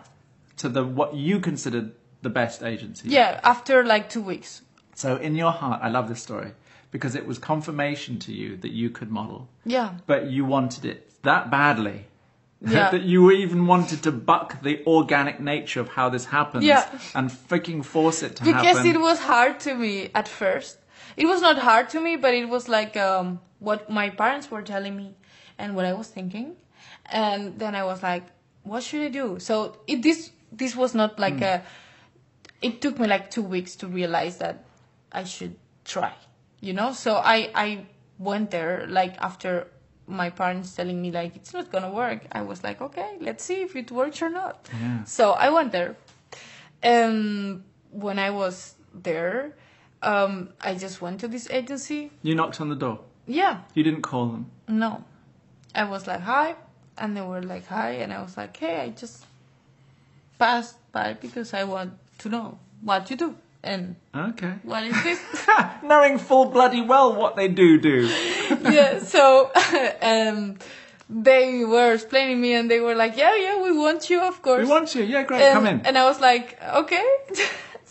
Speaker 1: to the what you considered the best agency.
Speaker 2: yeah. After like two weeks,
Speaker 1: So in your heart, I love this story because it was confirmation to you that you could model,
Speaker 2: yeah,
Speaker 1: but you wanted it that badly.
Speaker 2: Yeah.
Speaker 1: that you even wanted to buck the organic nature of how this happens
Speaker 2: Yeah.
Speaker 1: and freaking force it to
Speaker 2: because
Speaker 1: happen.
Speaker 2: it was hard to me at first. It was not hard to me, but it was like um, what my parents were telling me and what I was thinking, and then I was like, what should I do? So it this this was not like
Speaker 1: Hmm.
Speaker 2: a. it took me like two weeks to realize that I should try, you know. So I I went there like after my parents telling me like it's not gonna work. I was like, okay, let's see if it works or not.
Speaker 1: Yeah.
Speaker 2: So I went there, and when I was there, um, I just went to this agency.
Speaker 1: you knocked on the door.
Speaker 2: Yeah,
Speaker 1: You didn't call them.
Speaker 2: no. I was like, hi. And they were like, hi. And I was like, hey, I just passed by because I want to know what you do. And
Speaker 1: Okay.
Speaker 2: what is this?
Speaker 1: Knowing full bloody well what they do do.
Speaker 2: yeah, so um, they were explaining me and they were like, yeah, yeah, we want you, of course.
Speaker 1: We want you. Yeah, great.
Speaker 2: and,
Speaker 1: Come in.
Speaker 2: Um, And I was like, okay.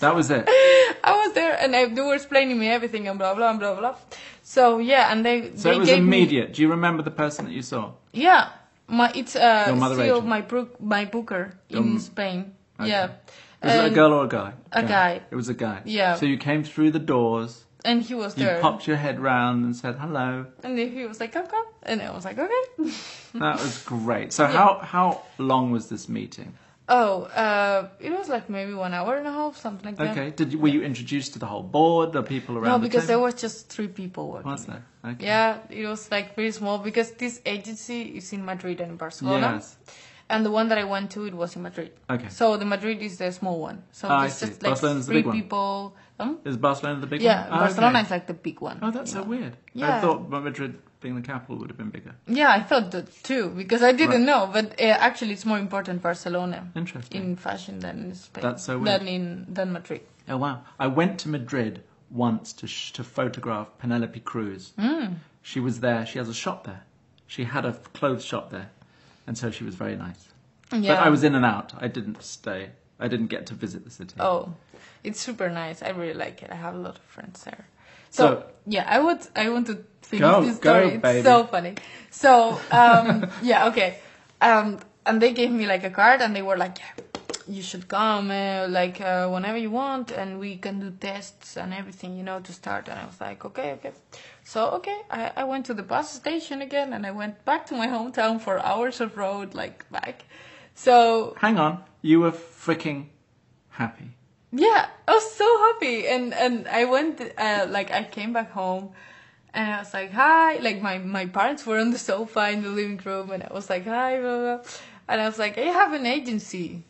Speaker 1: That was it.
Speaker 2: I was there and I, they were explaining me everything and blah, blah, and blah, blah. So, yeah, and they,
Speaker 1: So
Speaker 2: they
Speaker 1: it was
Speaker 2: gave me.
Speaker 1: immediate. Do you remember the person that you saw?
Speaker 2: Yeah, my it's uh,
Speaker 1: Your mother
Speaker 2: still
Speaker 1: agent.
Speaker 2: my brook, my booker
Speaker 1: Your
Speaker 2: in
Speaker 1: m-
Speaker 2: Spain.
Speaker 1: Okay.
Speaker 2: Yeah,
Speaker 1: Was it a
Speaker 2: And-
Speaker 1: girl or a guy?
Speaker 2: Um, a guy.
Speaker 1: It was a guy.
Speaker 2: Yeah.
Speaker 1: So you came through the doors.
Speaker 2: and he was
Speaker 1: You
Speaker 2: there,
Speaker 1: popped your head round and said hello.
Speaker 2: and then he was like, "Come, come," and I was like, "Okay."
Speaker 1: That was great. So how how long was this meeting?
Speaker 2: Oh, uh, it was like maybe one hour and a half, something like that.
Speaker 1: Okay. Did you, were you introduced to the whole board, the people around?
Speaker 2: No,
Speaker 1: the
Speaker 2: because there
Speaker 1: table?
Speaker 2: was just three people working.
Speaker 1: Was there? Okay.
Speaker 2: Yeah, it was like very small because this agency is in Madrid and Barcelona.
Speaker 1: Yes.
Speaker 2: And the one that I went to, it was in Madrid.
Speaker 1: Okay.
Speaker 2: So the Madrid is the small one. So
Speaker 1: Ah, I
Speaker 2: it's
Speaker 1: see.
Speaker 2: just like
Speaker 1: Barcelona's the
Speaker 2: three
Speaker 1: big one.
Speaker 2: people. Hmm?
Speaker 1: Is Barcelona the big
Speaker 2: Yeah,
Speaker 1: one? Ah,
Speaker 2: Barcelona
Speaker 1: okay.
Speaker 2: is like the big one.
Speaker 1: Oh, that's
Speaker 2: you
Speaker 1: so
Speaker 2: know.
Speaker 1: weird. I
Speaker 2: Yeah.
Speaker 1: thought Madrid being the capital would have been bigger.
Speaker 2: Yeah, I thought that too because I didn't
Speaker 1: Right.
Speaker 2: know, but uh, actually, it's more important Barcelona
Speaker 1: Interesting.
Speaker 2: in fashion than in Spain.
Speaker 1: That's so weird.
Speaker 2: Than in than Madrid.
Speaker 1: Oh wow! I went to Madrid once to sh- to photograph Penelope Cruz.
Speaker 2: Mm.
Speaker 1: She was there. She has a shop there. She had a clothes shop there, and so she was very nice.
Speaker 2: Yeah.
Speaker 1: But I was in and out. I didn't stay. I didn't get to visit the city.
Speaker 2: Oh, it's super nice. I really like it. I have a lot of friends there. So,
Speaker 1: So-
Speaker 2: yeah, I would. I want to finish
Speaker 1: Go,
Speaker 2: this
Speaker 1: go,
Speaker 2: story. it's
Speaker 1: baby.
Speaker 2: so funny. So um, yeah, okay. Um, and they gave me like a card, and they were like, yeah, "You should come, uh, like uh, whenever you want, and we can do tests and everything, you know, to start." And I was like, "Okay, okay." So okay, I, I went to the bus station again, and I went back to my hometown for hours of road, like back. So
Speaker 1: Hang on, you were freaking happy.
Speaker 2: yeah i was so happy and and i went uh, like i came back home and i was like hi like my my parents were on the sofa in the living room and i was like hi blah, blah. and i was like i have an agency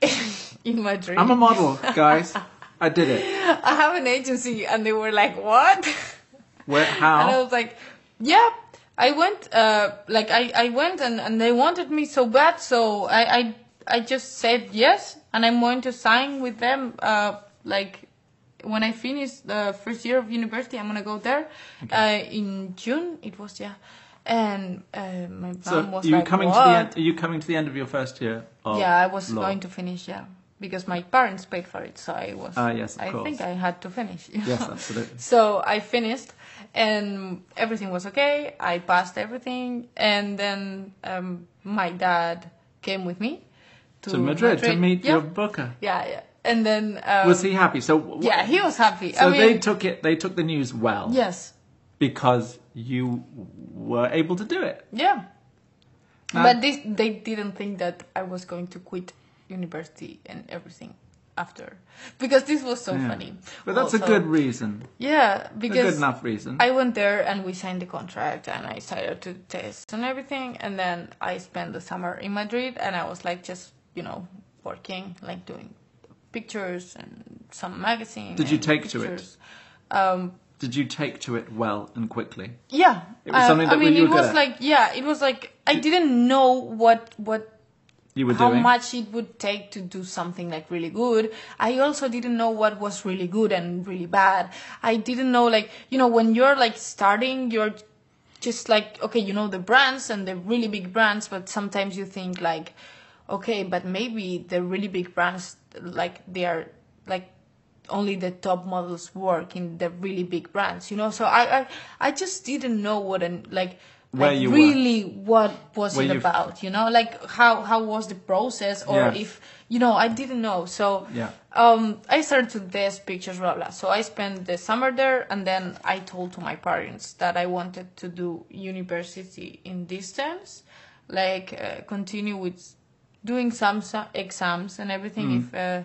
Speaker 2: in madrid
Speaker 1: I'm a model, guys. I did it.
Speaker 2: i have an agency and they were like what
Speaker 1: Where?
Speaker 2: and I
Speaker 1: How?
Speaker 2: was like, yeah, I went, uh, like I, I went and, and they wanted me so bad, so I, I, I just said yes, and I'm going to sign with them, uh, like when I finish the first year of university, I'm gonna go there, uh, in June it was, yeah, and uh, my mom
Speaker 1: So
Speaker 2: was
Speaker 1: you
Speaker 2: like,
Speaker 1: coming
Speaker 2: what?
Speaker 1: to the end? Are you coming to the end of your first year? Of
Speaker 2: yeah, I was
Speaker 1: law?
Speaker 2: going to finish, yeah, because my parents paid for it, so I was,
Speaker 1: Ah, yes, of
Speaker 2: I
Speaker 1: course.
Speaker 2: think I had to finish. you
Speaker 1: Yes,
Speaker 2: know.
Speaker 1: absolutely.
Speaker 2: So I finished, and everything was okay. I passed everything, and then um, my dad came with me to,
Speaker 1: to Madrid, to meet
Speaker 2: yeah.
Speaker 1: your booker.
Speaker 2: Yeah, yeah. And then um,
Speaker 1: Was he happy? So wh-
Speaker 2: yeah, he was happy.
Speaker 1: So
Speaker 2: I mean,
Speaker 1: they took it. They took the news well.
Speaker 2: yes,
Speaker 1: Because you were able to do it.
Speaker 2: yeah,
Speaker 1: Now-
Speaker 2: but this, they didn't think that I was going to quit university and everything after because this was so
Speaker 1: Yeah.
Speaker 2: funny.
Speaker 1: But that's a
Speaker 2: also.
Speaker 1: good reason.
Speaker 2: Yeah,
Speaker 1: A good
Speaker 2: because
Speaker 1: enough reason.
Speaker 2: I went there and we signed the contract and I started to test and everything. And then I spent the summer in Madrid and I was like just, you know, working, like doing pictures and some magazine.
Speaker 1: Did you
Speaker 2: and
Speaker 1: take to it?
Speaker 2: pictures. Um,
Speaker 1: Did you take to it well and quickly?
Speaker 2: yeah. uh,
Speaker 1: It was something that
Speaker 2: I mean,
Speaker 1: you
Speaker 2: it
Speaker 1: were good
Speaker 2: was
Speaker 1: at.
Speaker 2: like, yeah, it was like, I didn't know what, what
Speaker 1: You were
Speaker 2: how
Speaker 1: doing.
Speaker 2: much it would take to do something like really good. I also didn't know what was really good and really bad. I didn't know like you know when you're like starting, you're just like okay, you know the brands and the really big brands, but sometimes you think like okay, but maybe the really big brands like they are like only the top models work in the really big brands, you know. So I I, I just didn't know what and like.
Speaker 1: Where
Speaker 2: like
Speaker 1: you were.
Speaker 2: really what was
Speaker 1: Where
Speaker 2: it
Speaker 1: you-
Speaker 2: about you know like how how was the process or
Speaker 1: Yeah.
Speaker 2: if you know i didn't know so
Speaker 1: Yeah.
Speaker 2: um i started to test pictures blah blah so i spent the summer there and then i told to my parents that i wanted to do university in distance like uh, continue with doing some, some exams and everything
Speaker 1: Mm.
Speaker 2: if uh,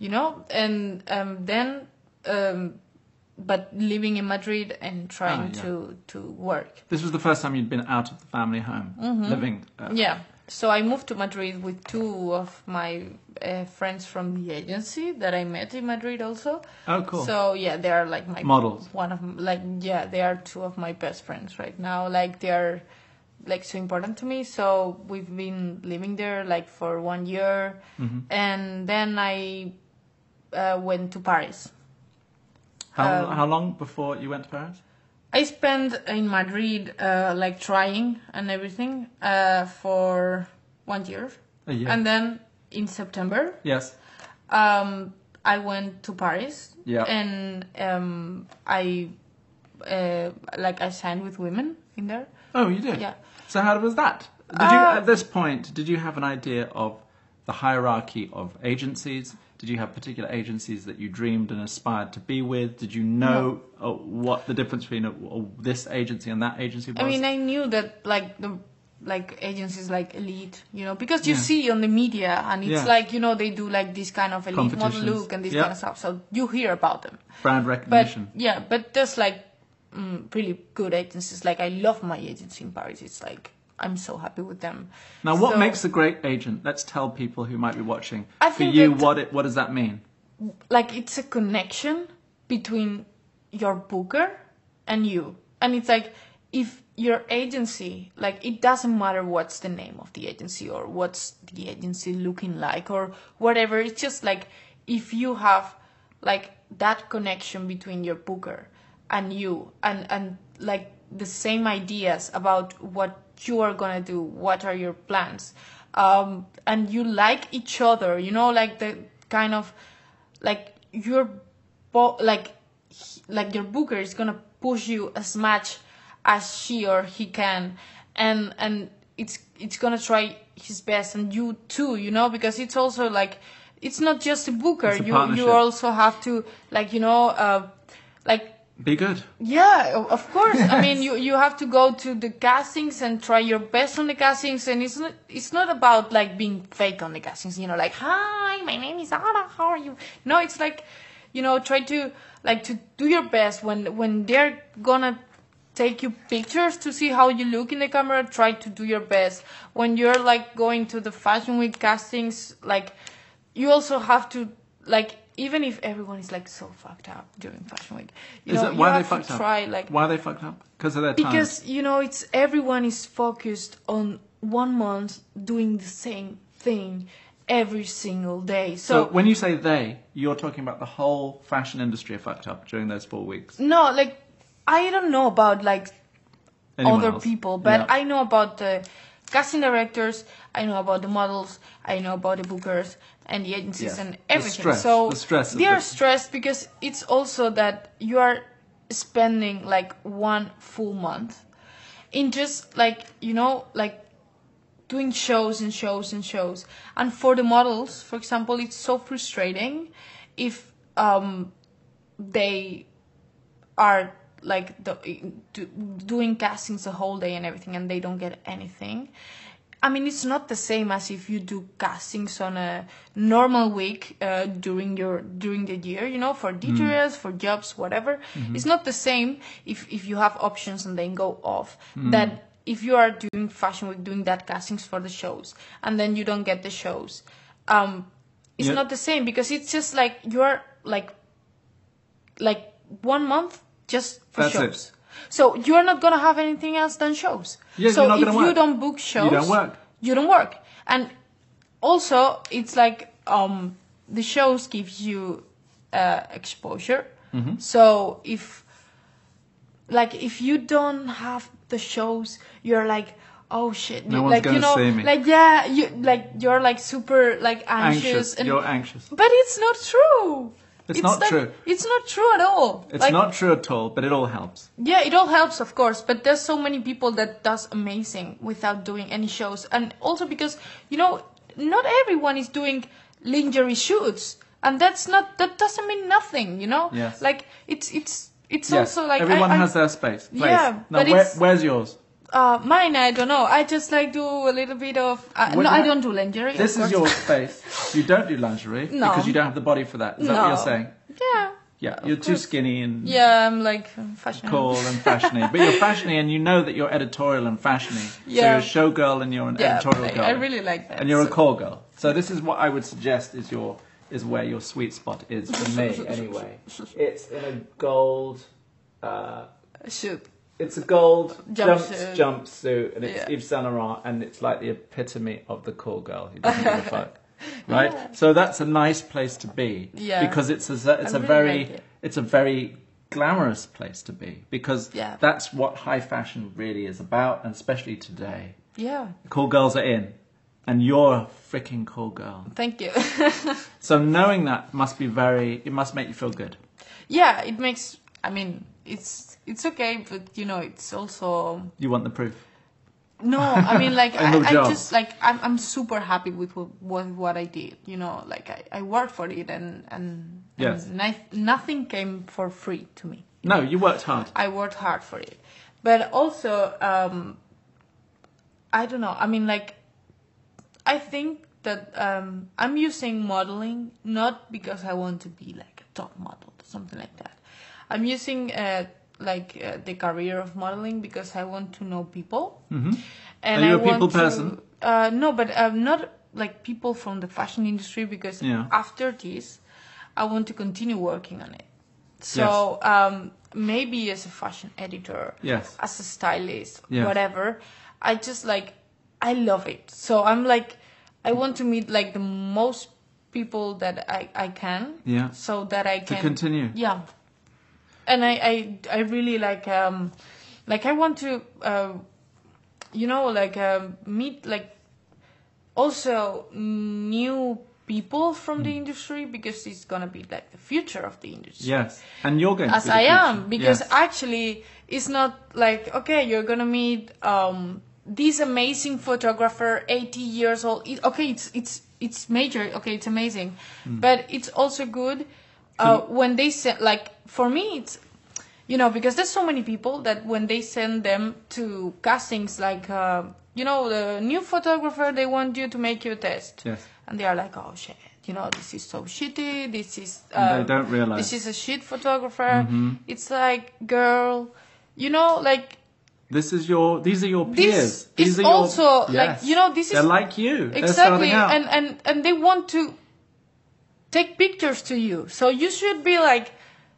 Speaker 2: you know and um, then um, but living in madrid and
Speaker 1: Ah,
Speaker 2: trying
Speaker 1: yeah.
Speaker 2: to to work
Speaker 1: This was the first time you'd been out of the family home, living. Uh,
Speaker 2: Mm-hmm. yeah. So I moved to Madrid with two of my uh, friends from the agency that I met in Madrid also.
Speaker 1: Oh, cool.
Speaker 2: So yeah, they are like my
Speaker 1: Models.
Speaker 2: One of m- like yeah, they are two of my best friends right now. Like they are like so important to me. So we've been living there like for one year,
Speaker 1: Mm-hmm.
Speaker 2: and then I uh, went to Paris.
Speaker 1: how,
Speaker 2: um,
Speaker 1: how long before you went to Paris?
Speaker 2: I spent in Madrid uh, like trying and everything uh, for one year.
Speaker 1: A year.
Speaker 2: And then in September,
Speaker 1: yes.
Speaker 2: um, I went to Paris.
Speaker 1: Yeah.
Speaker 2: And um, I uh, like I signed with women in there.
Speaker 1: Oh, you did.
Speaker 2: Yeah.
Speaker 1: So how was that? Did you
Speaker 2: Uh,
Speaker 1: at this point did you have an idea of the hierarchy of agencies? Did you have particular agencies that you dreamed and aspired to be with? Did you know uh, what the difference between a, a- this agency and that agency was?
Speaker 2: I mean, I knew that like the like agencies like elite, you know, because you
Speaker 1: Yeah.
Speaker 2: see on the media and it's
Speaker 1: Yeah.
Speaker 2: like you know they do like this kind of elite model
Speaker 1: Competitions.
Speaker 2: look and this
Speaker 1: Yeah.
Speaker 2: kind of stuff. So you hear about them.
Speaker 1: Brand
Speaker 2: but
Speaker 1: recognition.
Speaker 2: yeah, but there's like mm, really good agencies. Like I love my agency in Paris. It's like I'm so happy with them.
Speaker 1: now, what
Speaker 2: So,
Speaker 1: makes a great agent? Let's tell people who might be watching.
Speaker 2: I
Speaker 1: For
Speaker 2: think
Speaker 1: you,
Speaker 2: that-
Speaker 1: what it, what does that mean?
Speaker 2: like it's a connection between your booker and you, and it's like if your agency like it doesn't matter what's the name of the agency or what's the agency looking like or whatever it's just like if you have like that connection between your booker and you and and like the same ideas about what you are gonna do what are your plans um and you like each other you know like the kind of like your bo- like he- like your booker is gonna push you as much as she or he can and and it's it's gonna try his best and you too you know because it's also like it's not just a booker
Speaker 1: It's a
Speaker 2: you
Speaker 1: partnership.
Speaker 2: you also have to like you know uh like
Speaker 1: Be good.
Speaker 2: yeah, o- of course. I mean, you you have to go to the castings and try your best on the castings, and it's not it's not about like being fake on the castings. You know, like hi, my name is Ara. How are you? No, it's like, you know, try to like to do your best when when they're gonna take you pictures to see how you look in the camera. Try to do your best when you're like going to the fashion week castings. Like, you also have to like. Even if everyone is like so fucked up during Fashion Week, you
Speaker 1: Is
Speaker 2: know,
Speaker 1: it-
Speaker 2: you
Speaker 1: why are
Speaker 2: have
Speaker 1: they fucked
Speaker 2: to
Speaker 1: up?
Speaker 2: try like
Speaker 1: Why are they fucked up? Because of their time.
Speaker 2: because you know it's everyone is focused on one month doing the same thing every single day.
Speaker 1: So
Speaker 2: So,
Speaker 1: when you say they, you're talking about the whole fashion industry are fucked up during those four weeks.
Speaker 2: no, like I don't know about like
Speaker 1: Anyone
Speaker 2: other
Speaker 1: else?
Speaker 2: people, but
Speaker 1: Yeah.
Speaker 2: I know about the casting directors, I know about the models, I know about the bookers and the agencies
Speaker 1: Yeah.
Speaker 2: and
Speaker 1: The
Speaker 2: everything.
Speaker 1: stress-
Speaker 2: so
Speaker 1: the stress of
Speaker 2: they are
Speaker 1: the-
Speaker 2: stressed because it's also that you are spending like one full month in just like you know like doing shows and shows and shows. And for the models, for example, it's so frustrating if um, they are like the, do, doing castings the whole day and everything, and they don't get anything. I mean, it's not the same as if you do castings on a normal week uh, during your during the year. You know, for details, for jobs, whatever. It's not the same if if you have options and then go off. That if you are doing fashion week, doing that castings for the shows, and then you don't get the shows. Um, it's
Speaker 1: Yeah.
Speaker 2: not the same because it's just like you are like like one month just for
Speaker 1: That's it.
Speaker 2: shows. So you're not gonna have anything else than shows.
Speaker 1: Yeah,
Speaker 2: so
Speaker 1: you're not
Speaker 2: if
Speaker 1: gonna
Speaker 2: you
Speaker 1: work.
Speaker 2: don't book shows,
Speaker 1: don't work.
Speaker 2: You don't work. And also, it's like um, the shows gives you uh, exposure.
Speaker 1: Mm-hmm.
Speaker 2: So if like if you don't have the shows, you're like. Oh shit!
Speaker 1: No
Speaker 2: you-
Speaker 1: one's
Speaker 2: like
Speaker 1: gonna
Speaker 2: you know,
Speaker 1: see me.
Speaker 2: like yeah, you like you're like super like anxious,
Speaker 1: Anxious.
Speaker 2: and
Speaker 1: You're anxious.
Speaker 2: but it's not true.
Speaker 1: It's not true.
Speaker 2: It's not true at all.
Speaker 1: It's
Speaker 2: Like,
Speaker 1: not true at all, but it all helps.
Speaker 2: Yeah, it all helps, of course. But there's so many people that does amazing without doing any shows, and also because you know, not everyone is doing lingerie shoots, and that's not that doesn't mean nothing, you know.
Speaker 1: Yes.
Speaker 2: Like it's it's it's
Speaker 1: yes.
Speaker 2: also like I-
Speaker 1: everyone
Speaker 2: I'm-
Speaker 1: has their space. Place.
Speaker 2: Yeah,
Speaker 1: Now,
Speaker 2: but
Speaker 1: where,
Speaker 2: it's-
Speaker 1: where's yours?
Speaker 2: uh, mine. I don't know. I just like do a little bit of. Uh,
Speaker 1: What-
Speaker 2: no, I don't do lingerie. of
Speaker 1: This is
Speaker 2: course.
Speaker 1: your space. You don't do lingerie
Speaker 2: No.
Speaker 1: because you don't have the body for that. Is that what
Speaker 2: No.
Speaker 1: you're saying?
Speaker 2: Yeah.
Speaker 1: Yeah, you're too
Speaker 2: course.
Speaker 1: skinny and
Speaker 2: Yeah, I'm like fashion.
Speaker 1: cool and fashiony. but you're fashiony and you know that you're editorial and fashiony.
Speaker 2: Yeah.
Speaker 1: So you're a showgirl and you're an
Speaker 2: Yeah,
Speaker 1: editorial
Speaker 2: I,
Speaker 1: girl.
Speaker 2: I really like that.
Speaker 1: and you're
Speaker 2: so-
Speaker 1: a call girl. So this is what I would suggest is your is where your sweet spot is for me anyway. It's in a gold uh,
Speaker 2: shoot.
Speaker 1: it's a gold jumps,
Speaker 2: Jumpsuit.
Speaker 1: jumpsuit, and it's
Speaker 2: Yeah.
Speaker 1: Yves Saint Laurent, and it's like the epitome of the cool girl who doesn't give a fuck, right? So that's a nice place to be,
Speaker 2: Yeah.
Speaker 1: because it's a it's
Speaker 2: I
Speaker 1: a
Speaker 2: really
Speaker 1: very
Speaker 2: like it.
Speaker 1: it's a very glamorous place to be because
Speaker 2: Yeah.
Speaker 1: that's what high fashion really is about, and especially today,
Speaker 2: Yeah.
Speaker 1: cool girls are in, and you're a freaking cool girl.
Speaker 2: Thank you.
Speaker 1: So knowing that must be very it must make you feel good.
Speaker 2: yeah, it makes. I mean, it's it's okay, but you know, it's also
Speaker 1: You want the proof.
Speaker 2: no. I mean, like
Speaker 1: I know
Speaker 2: I, I
Speaker 1: Joe.
Speaker 2: just like I'm I'm super happy with wh- what what I did. You know, like I, I worked for it, and and,
Speaker 1: Yes.
Speaker 2: and ni- nothing came for free to me.
Speaker 1: No, you worked hard.
Speaker 2: I worked hard for it. But also, um, I don't know. I mean, like, I think that um, I'm using modeling not because I want to be like a top model or something like that. I'm using uh, like uh, the career of modeling because I want to know people. Mm-hmm. And
Speaker 1: Are you a
Speaker 2: I
Speaker 1: people
Speaker 2: want to-
Speaker 1: person?
Speaker 2: Uh, no, but um, not like people from the fashion industry because
Speaker 1: Yeah.
Speaker 2: after this, I want to continue working on it. So um, maybe as a fashion editor,
Speaker 1: Yes.
Speaker 2: as a stylist,
Speaker 1: Yes.
Speaker 2: whatever. I just like, I love it. So I'm like, I want to meet like the most people that I, I can.
Speaker 1: Yeah.
Speaker 2: So that I
Speaker 1: To
Speaker 2: can
Speaker 1: continue.
Speaker 2: Yeah. And I I, I really like um like I want to uh, you know like um, meet like also new people from
Speaker 1: Mm.
Speaker 2: the industry because it's gonna be like the future of the industry
Speaker 1: Yes, and you're going to
Speaker 2: as
Speaker 1: be the
Speaker 2: I am
Speaker 1: future.
Speaker 2: because
Speaker 1: Yes.
Speaker 2: actually it's not like okay you're gonna meet um, this amazing photographer 80 years old It- okay it's it's it's major okay it's amazing
Speaker 1: Hmm.
Speaker 2: but it's also good uh, when they send like for me it's you know because there's so many people that when they send them to castings like uh, you know the new photographer they want you to make your test
Speaker 1: Yes.
Speaker 2: and they are like oh shit you know this is so shitty this is
Speaker 1: And they
Speaker 2: um,
Speaker 1: don't realize. Mm-hmm.
Speaker 2: this is a shit photographer. It's like, girl, you know, like
Speaker 1: This is your. These are your
Speaker 2: This
Speaker 1: peers.
Speaker 2: is
Speaker 1: These are
Speaker 2: also,
Speaker 1: your,
Speaker 2: like, you know, this
Speaker 1: They're
Speaker 2: is-
Speaker 1: like you. They're
Speaker 2: exactly,
Speaker 1: starting out.
Speaker 2: and and and they want to take pictures to you. So you should be like,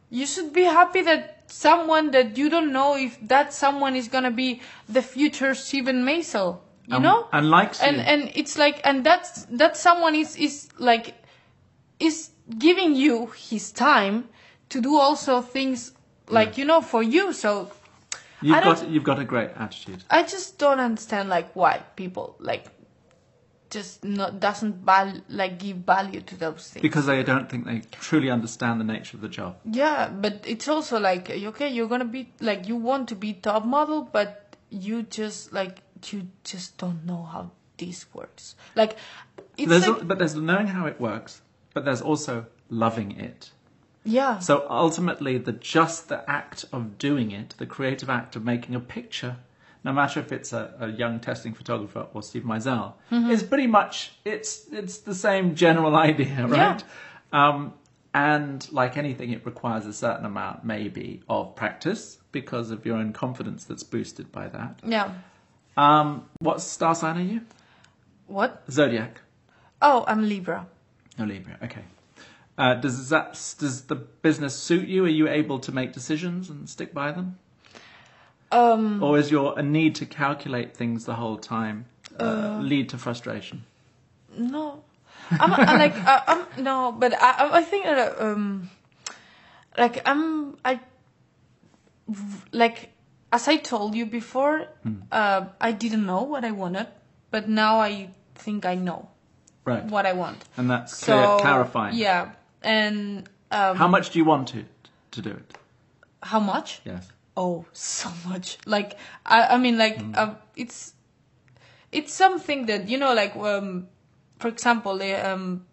Speaker 2: you should be happy that someone that you don't know if that someone is gonna be the future Steven Maisel. You
Speaker 1: And-
Speaker 2: know,
Speaker 1: and likes you.
Speaker 2: and and it's like, and that's that someone is is like, is giving you his time to do also things like you know for you. So
Speaker 1: you've
Speaker 2: I don't-
Speaker 1: got you've got a great attitude.
Speaker 2: I just don't understand like why people like just not doesn't val- like give value to those things.
Speaker 1: Because I don't think they truly understand the nature of the job.
Speaker 2: yeah, but it's also like okay, you're gonna be like you want to be top model, but you just like you just don't know how this works. Like it's
Speaker 1: There's
Speaker 2: like,
Speaker 1: al- but there's knowing how it works, but there's also loving it.
Speaker 2: yeah,
Speaker 1: So ultimately, the just the act of doing it, the creative act of making a picture, no matter if it's a, a young testing photographer or Steve Meisel, it's pretty much it's it's the same general idea, right? Um, and like anything, it requires a certain amount, maybe, of practice because of your own confidence that's boosted by that.
Speaker 2: Yeah.
Speaker 1: Um, what star sign are you?
Speaker 2: What?
Speaker 1: Zodiac.
Speaker 2: Oh, I'm Libra.
Speaker 1: No Libra. Okay. Uh, does that does the business suit you? Are you able to make decisions and stick by them? Um, or is your a need to calculate things the whole time uh, lead to frustration?
Speaker 2: No, I'm, i like I, I'm no, but I I- I think that uh, um, like I'm I like as I told you before, uh, I didn't know what I wanted, but now I think I know
Speaker 1: Right,
Speaker 2: what I want.
Speaker 1: and that's clear,
Speaker 2: So
Speaker 1: clarifying.
Speaker 2: Yeah, and um,
Speaker 1: How much do you want to to do it?
Speaker 2: how much?
Speaker 1: Yes.
Speaker 2: oh so much like i i mean like
Speaker 1: Mm.
Speaker 2: uh, it's it's something that you know like um for example they um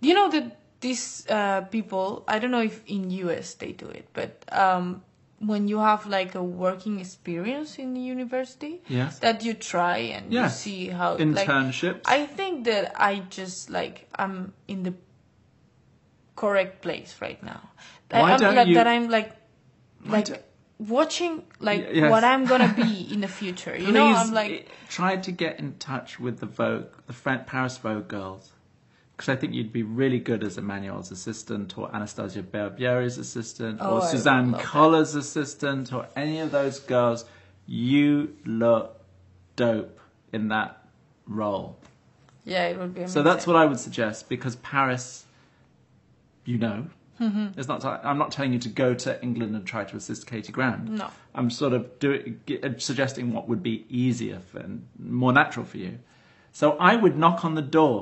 Speaker 2: you know that these uh people i don't know if in us they do it but um when you have like a working experience in the university
Speaker 1: Yes.
Speaker 2: that you try and you
Speaker 1: Yes.
Speaker 2: see how like
Speaker 1: Internships.
Speaker 2: I think that I just like I'm in the correct place right now. That
Speaker 1: Why
Speaker 2: I'm,
Speaker 1: don't
Speaker 2: like,
Speaker 1: you-
Speaker 2: that I'm like like
Speaker 1: don't-
Speaker 2: watching like
Speaker 1: Y- yes.
Speaker 2: what I'm gonna be in the future. You know,
Speaker 1: Please,
Speaker 2: I'm like
Speaker 1: i- try to get in touch with the Vogue, the Fran- Paris Vogue girls, because I think you'd be really good as Emmanuel's assistant, or Anastasia Barbieri's assistant,
Speaker 2: Oh,
Speaker 1: or
Speaker 2: I would
Speaker 1: Suzanne
Speaker 2: love that.
Speaker 1: Collar's assistant, or any of those girls. You look dope in that role.
Speaker 2: yeah, it would be. Amazing.
Speaker 1: So that's what I would suggest because Paris, you know, it's not. I'm not telling you to go to England and try to assist Katie Grand.
Speaker 2: No.
Speaker 1: I'm sort of doing, g- uh, suggesting what would be easier for, and more natural for you. So I would knock on the door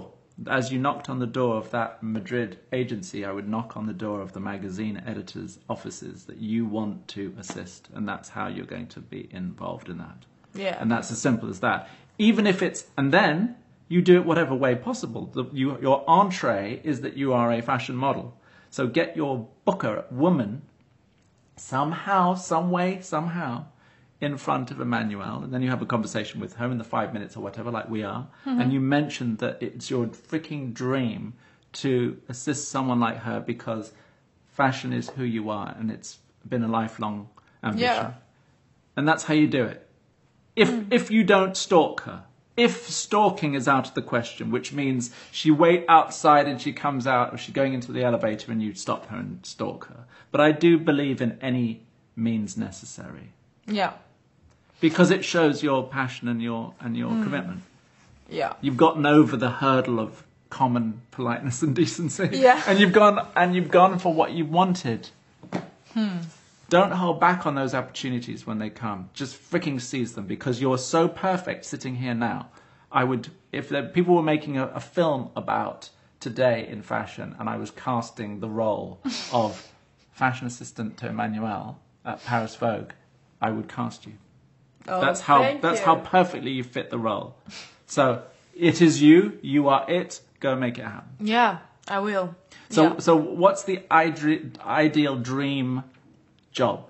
Speaker 1: as you knocked on the door of that Madrid agency. I would knock on the door of the magazine editors' offices that you want to assist, and that's how you're going to be involved in that.
Speaker 2: yeah.
Speaker 1: And that's as simple as that. Even if it's, and then you do it whatever way possible. The, you, your entree is that you are a fashion model. So get your booker woman somehow, some way, somehow in front of Emmanuel. And then you have a conversation with her in the five minutes or whatever, like we are.
Speaker 2: Mm-hmm.
Speaker 1: And you mention that it's your freaking dream to assist someone like her because fashion is who you are and it's been a lifelong ambition.
Speaker 2: Yeah.
Speaker 1: And that's how you do it if if you don't stalk her if stalking is out of the question which means she wait outside and she comes out or she's going into the elevator and you stop her and stalk her but i do believe in any means necessary
Speaker 2: yeah,
Speaker 1: because it shows your passion and your and your commitment
Speaker 2: yeah,
Speaker 1: you've gotten over the hurdle of common politeness and decency
Speaker 2: Yeah.
Speaker 1: and you've gone and you've gone for what you wanted don't hold back on those opportunities when they come just freaking seize them because you're so perfect sitting here now i would if the, people were making a, a film about today in fashion and i was casting the role of fashion assistant to emmanuel at paris vogue i would cast you
Speaker 2: Oh,
Speaker 1: that's how
Speaker 2: thank
Speaker 1: that's
Speaker 2: you.
Speaker 1: how perfectly you fit the role. So it is you. You are it. Go make it happen.
Speaker 2: yeah. I will.
Speaker 1: So
Speaker 2: yeah.
Speaker 1: so what's the ide- ideal dream job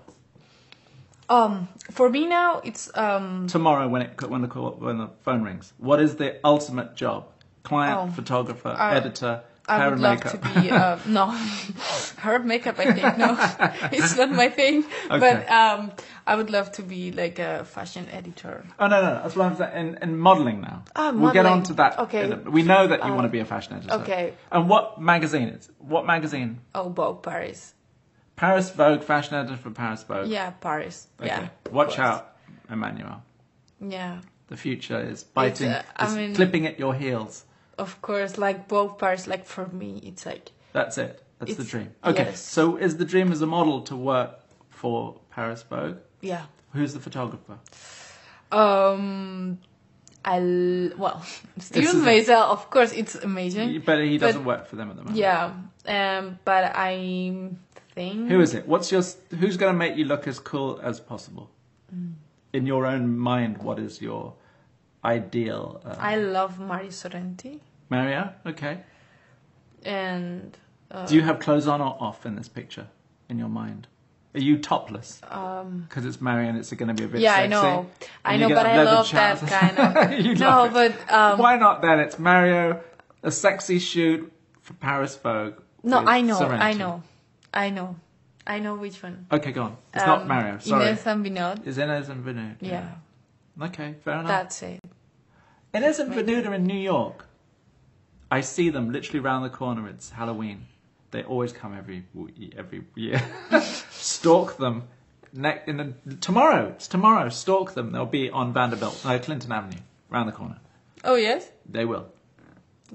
Speaker 2: um, for me now, it's um,
Speaker 1: tomorrow when it when the call, when the phone rings? What is the ultimate job? Client,
Speaker 2: Oh,
Speaker 1: photographer,
Speaker 2: I-
Speaker 1: editor,
Speaker 2: I
Speaker 1: hair
Speaker 2: would
Speaker 1: and
Speaker 2: love
Speaker 1: makeup.
Speaker 2: to be uh, no hair and makeup. I think no, it's not my thing. But
Speaker 1: Okay.
Speaker 2: um, I would love to be like a fashion editor.
Speaker 1: oh no no, that's what I'm saying. In, in modelling now,
Speaker 2: Ah,
Speaker 1: we'll get
Speaker 2: modelling.
Speaker 1: on to that.
Speaker 2: Okay. Um,
Speaker 1: in a- we know that you want to be a fashion editor.
Speaker 2: okay.
Speaker 1: And what magazine is? What magazine?
Speaker 2: Oh, Vogue Paris.
Speaker 1: Paris Vogue, fashion editor for Paris Vogue.
Speaker 2: Yeah, Paris.
Speaker 1: Okay.
Speaker 2: Yeah. of
Speaker 1: Watch
Speaker 2: course.
Speaker 1: out, Emmanuel.
Speaker 2: Yeah,
Speaker 1: The future is biting,
Speaker 2: uh, I
Speaker 1: is
Speaker 2: mean-
Speaker 1: clipping at your heels.
Speaker 2: of course. Like Vogue Paris. Like for me, it's like
Speaker 1: That's it. That's the
Speaker 2: It's-
Speaker 1: dream. Okay.
Speaker 2: yes.
Speaker 1: So is the dream as a model to work for Paris Vogue?
Speaker 2: yeah.
Speaker 1: Who's the photographer?
Speaker 2: Um, I l- well,
Speaker 1: is
Speaker 2: Steven
Speaker 1: it.
Speaker 2: Maisel. Of course, it's amazing.
Speaker 1: You bet he
Speaker 2: Hmm? But-
Speaker 1: doesn't work for them at the moment.
Speaker 2: Yeah. Um, but I think
Speaker 1: Who is it? What's your? Who's going to make you look as cool as possible?
Speaker 2: Hmm.
Speaker 1: In your own mind, what is your ideal? Uh,
Speaker 2: I love Mari Sorrenti
Speaker 1: Maria. Okay.
Speaker 2: and. Uh,
Speaker 1: Do you have clothes on or off in this picture? In your mind, Are you topless? Because it's Marion, it's going to be a bit
Speaker 2: Uh. um, yeah,
Speaker 1: sexy.
Speaker 2: I know. I
Speaker 1: And
Speaker 2: know,
Speaker 1: you get
Speaker 2: but
Speaker 1: that
Speaker 2: I
Speaker 1: leather
Speaker 2: love that
Speaker 1: trousers.
Speaker 2: kind of.
Speaker 1: You
Speaker 2: no,
Speaker 1: love it.
Speaker 2: but um,
Speaker 1: Why not then? It's Mario, a sexy shoot for Paris Vogue.
Speaker 2: no,
Speaker 1: with
Speaker 2: I know, I
Speaker 1: Sorrenti.
Speaker 2: know, I know, I know which one.
Speaker 1: Okay, go on. It's
Speaker 2: Um,
Speaker 1: not Mario. Sorry.
Speaker 2: Inez and Vinod.
Speaker 1: Is Inez and Venuda?
Speaker 2: Yeah,
Speaker 1: Okay, fair enough.
Speaker 2: that's it.
Speaker 1: Inez and Venuda in New York. I see them literally round the corner. It's Halloween. They always come every w- every year. Stalk them. Ne- in the, tomorrow. It's tomorrow. Stalk them. They'll be on Vanderbilt, no Clinton Avenue, round the corner.
Speaker 2: Oh yes.
Speaker 1: They will.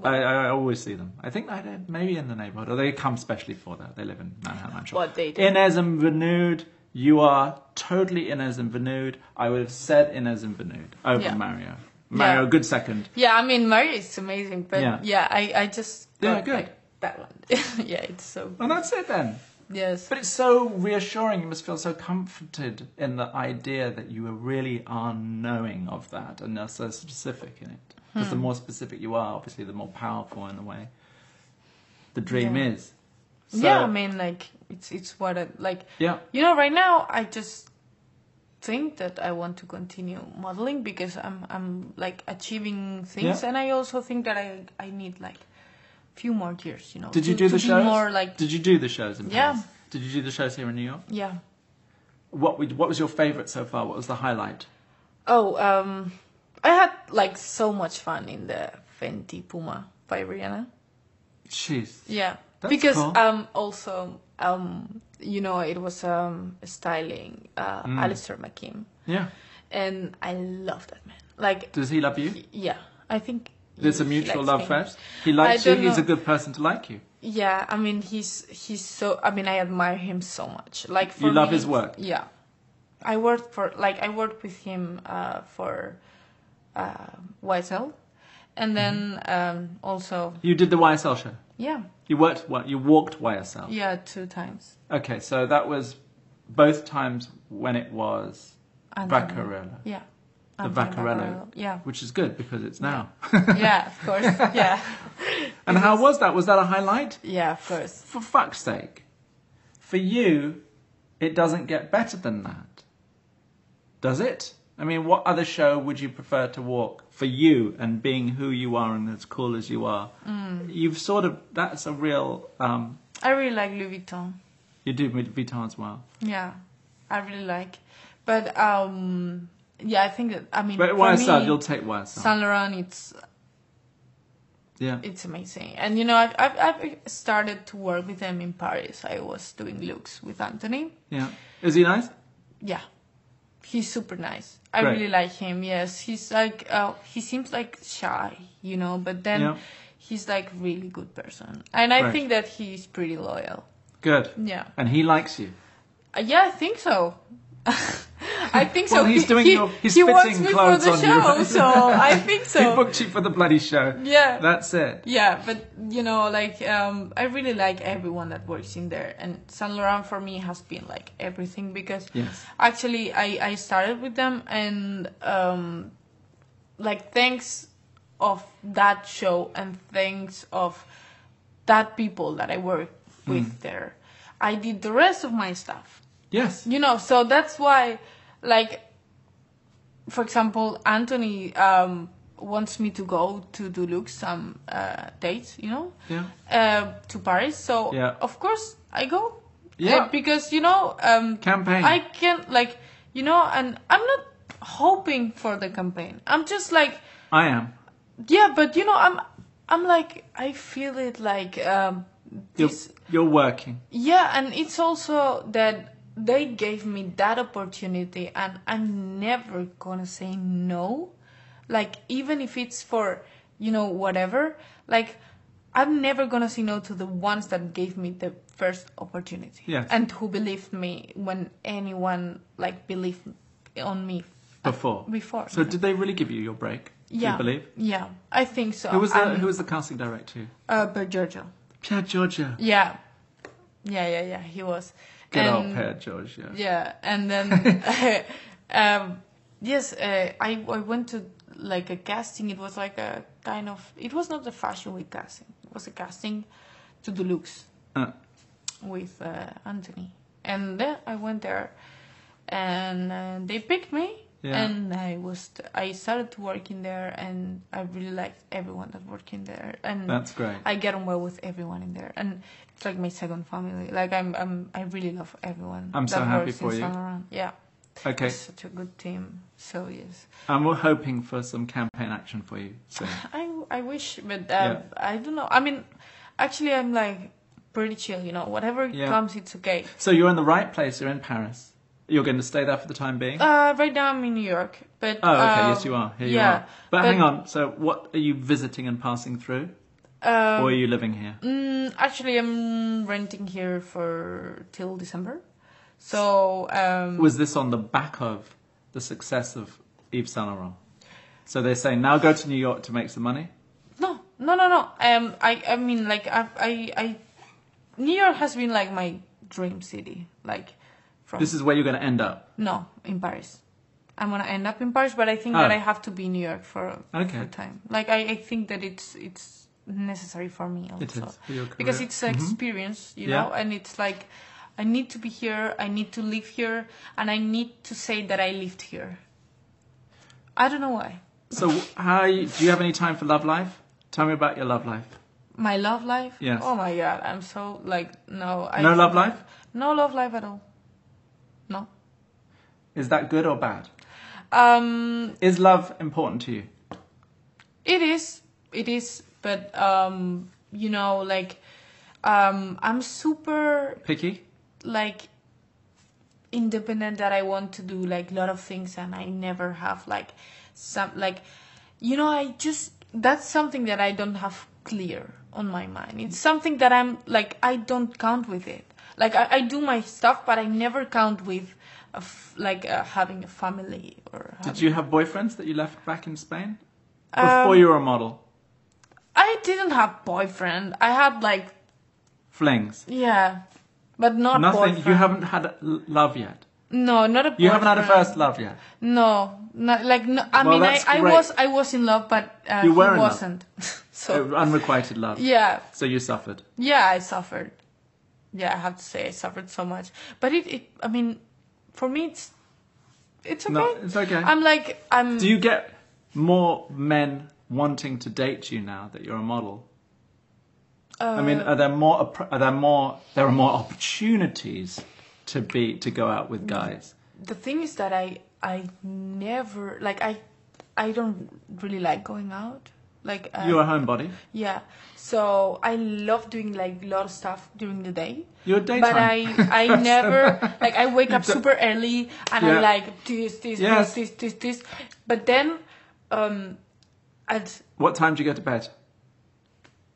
Speaker 1: I, I I always see them. I think I maybe in the neighborhood, or they come specially for that. They live in Manhattan, I'm sure.
Speaker 2: What they do.
Speaker 1: Inez and Venude, you are totally Inez and Venude. I would have said Inez and Venude over
Speaker 2: Yeah.
Speaker 1: Mario. Mario,
Speaker 2: Yeah.
Speaker 1: good second.
Speaker 2: Yeah, I mean, Mary is amazing, but
Speaker 1: Yeah.
Speaker 2: yeah, I, I just
Speaker 1: Yeah,
Speaker 2: got,
Speaker 1: good.
Speaker 2: like, that one. yeah, it's so
Speaker 1: And that's it then.
Speaker 2: yes.
Speaker 1: But it's so reassuring. You must feel so comforted in the idea that you really are knowing of that and are so specific in it. Because
Speaker 2: Hmm.
Speaker 1: the more specific you are, obviously, the more powerful in the way the dream
Speaker 2: Yeah.
Speaker 1: is. So,
Speaker 2: yeah, I mean, like it's it's what I like.
Speaker 1: yeah.
Speaker 2: You know, right now I just think that I want to continue modeling because I'm I'm like achieving things,
Speaker 1: Yeah.
Speaker 2: and I also think that I I need like few more years. You know,
Speaker 1: Did
Speaker 2: to,
Speaker 1: you do
Speaker 2: to
Speaker 1: the
Speaker 2: be
Speaker 1: shows?
Speaker 2: More like
Speaker 1: Did you do the shows in
Speaker 2: Yeah.
Speaker 1: Paris? Did you do the shows here in New York?
Speaker 2: yeah.
Speaker 1: What would, What was your favourite so far? What was the highlight?
Speaker 2: Oh, um, I had like so much fun in the Fenty Puma by Rihanna.
Speaker 1: Jeez.
Speaker 2: Yeah,
Speaker 1: That's
Speaker 2: because
Speaker 1: cool.
Speaker 2: um also um you know it was um styling uh
Speaker 1: Mm.
Speaker 2: Alistair McKim
Speaker 1: Yeah.
Speaker 2: and I love that man. Like
Speaker 1: Does he love you?
Speaker 2: yeah, I think
Speaker 1: There's
Speaker 2: he
Speaker 1: a mutual
Speaker 2: likes
Speaker 1: love
Speaker 2: him.
Speaker 1: fest. He likes
Speaker 2: I
Speaker 1: you.
Speaker 2: don't
Speaker 1: He's a
Speaker 2: know.
Speaker 1: good person to like you.
Speaker 2: Yeah, I mean he's he's so I mean I admire him so much. Like for
Speaker 1: You love
Speaker 2: me,
Speaker 1: his work?
Speaker 2: Yeah. I worked for like I worked with him uh for uh YSL and then
Speaker 1: Mm-hmm.
Speaker 2: um also
Speaker 1: You did the YSL show.
Speaker 2: yeah,
Speaker 1: You worked. What? You walked YSL.
Speaker 2: yeah, two times.
Speaker 1: Okay. So that was both times when it was
Speaker 2: Anthony.
Speaker 1: Vaccarello,
Speaker 2: Yeah.
Speaker 1: The
Speaker 2: Anthony
Speaker 1: Vaccarello.
Speaker 2: Yeah.
Speaker 1: which is good because it's now.
Speaker 2: Yeah, of course. Yeah.
Speaker 1: and how was that? Was that a highlight?
Speaker 2: Yeah, of course.
Speaker 1: For fuck's sake. For you, it doesn't get better than that. Does it? I mean, what other show would you prefer to walk for you and being who you are and as cool as you are?
Speaker 2: Mm.
Speaker 1: You've sort of, that's a real, um,
Speaker 2: I really like Louis Vuitton.
Speaker 1: you do with Vuitton as well.
Speaker 2: Yeah. I really like. But um yeah, I think that I mean
Speaker 1: But
Speaker 2: for
Speaker 1: YSL,
Speaker 2: me,
Speaker 1: you'll take YSL.
Speaker 2: Saint Laurent it's
Speaker 1: yeah.
Speaker 2: it's amazing. And you know, I've, I've, I've started to work with them in Paris. I was doing looks with Anthony.
Speaker 1: Yeah. Is he nice?
Speaker 2: Yeah, he's super nice. I
Speaker 1: Great.
Speaker 2: really like him. Yes, he's like uh, he seems like shy, you know, but then
Speaker 1: Yeah.
Speaker 2: he's like really good person, and I
Speaker 1: Right.
Speaker 2: think that he's pretty loyal.
Speaker 1: Good.
Speaker 2: Yeah,
Speaker 1: And he likes you.
Speaker 2: Uh, yeah, I think so. I think so.
Speaker 1: Well, he's
Speaker 2: He-
Speaker 1: doing
Speaker 2: he,
Speaker 1: your- he's
Speaker 2: he wants
Speaker 1: fitting
Speaker 2: me for
Speaker 1: clothes
Speaker 2: the
Speaker 1: on you,
Speaker 2: show,
Speaker 1: right?
Speaker 2: so I think so.
Speaker 1: He booked you for the bloody show.
Speaker 2: yeah.
Speaker 1: That's it.
Speaker 2: Yeah, but you know, like um, I really like everyone that works in there, and Saint Laurent for me has been like everything because
Speaker 1: Yes.
Speaker 2: actually I I started with them and um, like thanks of that show and thanks of that people that I work with there, I did the rest of my stuff.
Speaker 1: Yes.
Speaker 2: You know, so that's why, like, for example, Anthony um, wants me to go to do look some uh, dates, you know,
Speaker 1: Yeah.
Speaker 2: uh, to Paris. So
Speaker 1: Yeah.
Speaker 2: of course I go.
Speaker 1: Yeah.
Speaker 2: Uh, because you know, um,
Speaker 1: Campaign.
Speaker 2: I can like, you know, and I'm not hoping for the campaign. I'm just like,
Speaker 1: I am.
Speaker 2: yeah, but you know, I'm, I'm like, I feel it like um,
Speaker 1: You're,
Speaker 2: this.
Speaker 1: you're working.
Speaker 2: Yeah, and it's also that they gave me that opportunity, and I'm never gonna say no. Like, even if it's for, you know, whatever, like, I'm never gonna say no to the ones that gave me the first opportunity.
Speaker 1: Yes.
Speaker 2: And who believed me when anyone, like, believed on me
Speaker 1: Before.
Speaker 2: before.
Speaker 1: So did they really give you your break? Do
Speaker 2: yeah.
Speaker 1: you believe?
Speaker 2: Yeah, I think so.
Speaker 1: Who was the
Speaker 2: Um,
Speaker 1: Who was the casting director?
Speaker 2: Uh, but Giorgio.
Speaker 1: Pierre Giorgio.
Speaker 2: Yeah. Yeah, yeah, yeah, he was.
Speaker 1: Good old
Speaker 2: And-
Speaker 1: Pierre Giorgio.
Speaker 2: Um, Yeah, and then um, yes, uh, I I went to like a casting. It was like a kind of it was not a fashion week casting. It was a casting to the looks
Speaker 1: Uh,
Speaker 2: with uh, Anthony. and then I went there, and uh, they picked me,
Speaker 1: Yeah.
Speaker 2: and I was I started working there, and I really liked everyone that worked in there, and
Speaker 1: That's great.
Speaker 2: I get on well with everyone in there, and it's like my second family. Like I'm, I'm I really love everyone.
Speaker 1: I'm so
Speaker 2: that
Speaker 1: happy
Speaker 2: works in
Speaker 1: for you.
Speaker 2: Saint Laurent. Yeah,
Speaker 1: Okay,
Speaker 2: it's such a good team. So yes.
Speaker 1: and we're hoping for some campaign action for you soon.
Speaker 2: I, I wish, but uh,
Speaker 1: Yeah.
Speaker 2: I don't know. I mean, actually, I'm like pretty chill, you know. Whatever
Speaker 1: Yeah.
Speaker 2: comes, it's okay.
Speaker 1: So you're in the right place. You're in Paris. You're going to stay there for the time being.
Speaker 2: Uh, right now, I'm in New York, but
Speaker 1: oh, okay.
Speaker 2: um,
Speaker 1: yes, you are. Here
Speaker 2: yeah,
Speaker 1: you are. But,
Speaker 2: but-
Speaker 1: hang on. So what are you visiting and passing through,
Speaker 2: Um,
Speaker 1: or are you living here?
Speaker 2: mm, actually, I'm renting here for till December, so um,
Speaker 1: Was this on the back of the success of Yves Saint Laurent? So they say now go to New York to make some money.
Speaker 2: no, no, no, no. Um, I, I mean, like, I, I, I, New York has been like my dream city, like from
Speaker 1: This is where you're going to end up.
Speaker 2: No, in Paris. I'm gonna end up in Paris, but I think
Speaker 1: Oh.
Speaker 2: that I have to be in New York for
Speaker 1: Okay.
Speaker 2: for time. Like I, I think that it's it's necessary for me also
Speaker 1: It is for your career. Mm-hmm.
Speaker 2: because it's an experience, you
Speaker 1: Yeah.
Speaker 2: know, and it's like I need to be here, I need to live here, and I need to say that I lived here. I don't know why.
Speaker 1: So how are you, do you have any time for love life? Tell me about your love life.
Speaker 2: My love life.
Speaker 1: Yes.
Speaker 2: Oh my god, I'm so like no. I
Speaker 1: No love life?
Speaker 2: No love life at all. No.
Speaker 1: Is that good or bad?
Speaker 2: Um,
Speaker 1: Is love important to you?
Speaker 2: It is. It is. But um, you know, like um, I'm super
Speaker 1: Picky?
Speaker 2: like independent that I want to do like a lot of things and I never have like some like you know I just that's something that I don't have clear on my mind. It's something that I'm like I don't count with it. Like I, I do my stuff, but I never count with a f- like uh, having a family or. Having,
Speaker 1: Did you have boyfriends that you left back in Spain?
Speaker 2: Um,
Speaker 1: Before you were a model?
Speaker 2: I didn't have boyfriend. I had like
Speaker 1: Flings?
Speaker 2: Yeah, but not
Speaker 1: Nothing.
Speaker 2: boyfriend.
Speaker 1: You haven't had a l- love yet.
Speaker 2: no, not a. Boyfriend.
Speaker 1: You haven't had a first love yet.
Speaker 2: No, not like no. I
Speaker 1: Well,
Speaker 2: mean, I,
Speaker 1: that's
Speaker 2: I
Speaker 1: great.
Speaker 2: was I was in love, but uh,
Speaker 1: You
Speaker 2: he
Speaker 1: were in love.
Speaker 2: wasn't. so
Speaker 1: Uh, Unrequited love.
Speaker 2: Oh. yeah,
Speaker 1: So you suffered.
Speaker 2: yeah, I suffered. Yeah, I have to say I suffered so much. But it, it I mean, for me, it's it's okay.
Speaker 1: No, it's okay.
Speaker 2: I'm like I'm.
Speaker 1: Do you get more men wanting to date you now that you're a model? I mean, are there more? oppor- Are there more? There are more opportunities to be to go out with guys.
Speaker 2: the thing is that I I never like I I don't really like going out. Like uh,
Speaker 1: You're a homebody.
Speaker 2: Yeah. So I love doing like a lot of stuff during the day.
Speaker 1: You're a daytime.
Speaker 2: But I, I never like I wake up super early and I
Speaker 1: Yeah.
Speaker 2: like this this
Speaker 1: Yes.
Speaker 2: this this this this. But then, um, at
Speaker 1: What time do you go to bed?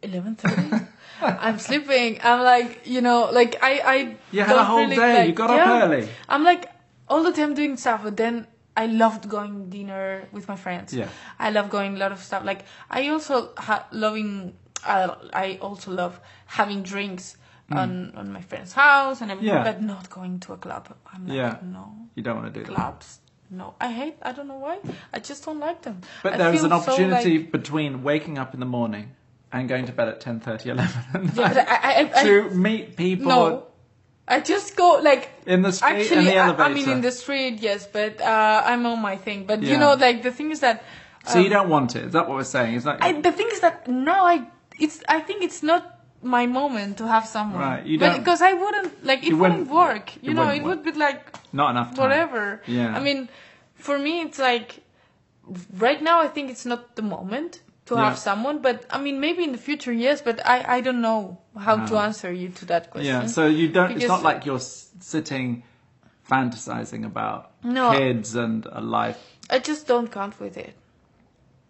Speaker 2: eleven thirty, I'm sleeping. I'm like you know like I I
Speaker 1: You had a
Speaker 2: don't
Speaker 1: whole
Speaker 2: really,
Speaker 1: day.
Speaker 2: like-
Speaker 1: you got up
Speaker 2: yeah.
Speaker 1: early.
Speaker 2: I'm like all the time doing stuff, but then I loved going dinner with my friends.
Speaker 1: Yeah.
Speaker 2: I love going a lot of stuff. Like I also ha- loving. Uh, I also love having drinks on on my friend's house and everything,
Speaker 1: Mm. Yeah.
Speaker 2: but not going to a club. I'm like
Speaker 1: Yeah.
Speaker 2: no
Speaker 1: You don't want to do that.
Speaker 2: clubs. No, I hate. I don't know why. I just don't like them. I
Speaker 1: But there is
Speaker 2: feel
Speaker 1: an
Speaker 2: so,
Speaker 1: opportunity
Speaker 2: like-
Speaker 1: between waking up in the morning and going to bed at 10.30, 11 at
Speaker 2: yeah, but
Speaker 1: night
Speaker 2: I, I, I,
Speaker 1: to meet people
Speaker 2: no, I just go like
Speaker 1: in the street
Speaker 2: Actually,
Speaker 1: and the elevator.
Speaker 2: I, I mean in the street, yes, but uh, I'm on my thing. But you
Speaker 1: Yeah.
Speaker 2: know, like the thing is that
Speaker 1: so you don't want it. Is that what we're saying? Is that
Speaker 2: um, I, the thing is that now I it's I think it's not my moment to have someone.
Speaker 1: Right, you
Speaker 2: But
Speaker 1: don't-
Speaker 2: because I wouldn't like it
Speaker 1: You
Speaker 2: wouldn't,
Speaker 1: wouldn't-
Speaker 2: work.
Speaker 1: it
Speaker 2: You know,
Speaker 1: wouldn't
Speaker 2: it would be like
Speaker 1: not enough time?
Speaker 2: whatever.
Speaker 1: Yeah.
Speaker 2: I mean, for me, it's like right now. I think it's not the moment to
Speaker 1: Yeah.
Speaker 2: have someone. But I mean, maybe in the future, yes. But I I don't know how to
Speaker 1: No.
Speaker 2: answer you to that question.
Speaker 1: Uh-huh. Yeah, so you don't. it's
Speaker 2: Because-
Speaker 1: not like you're s- sitting fantasizing about
Speaker 2: No.
Speaker 1: kids and a life.
Speaker 2: I just don't count with it.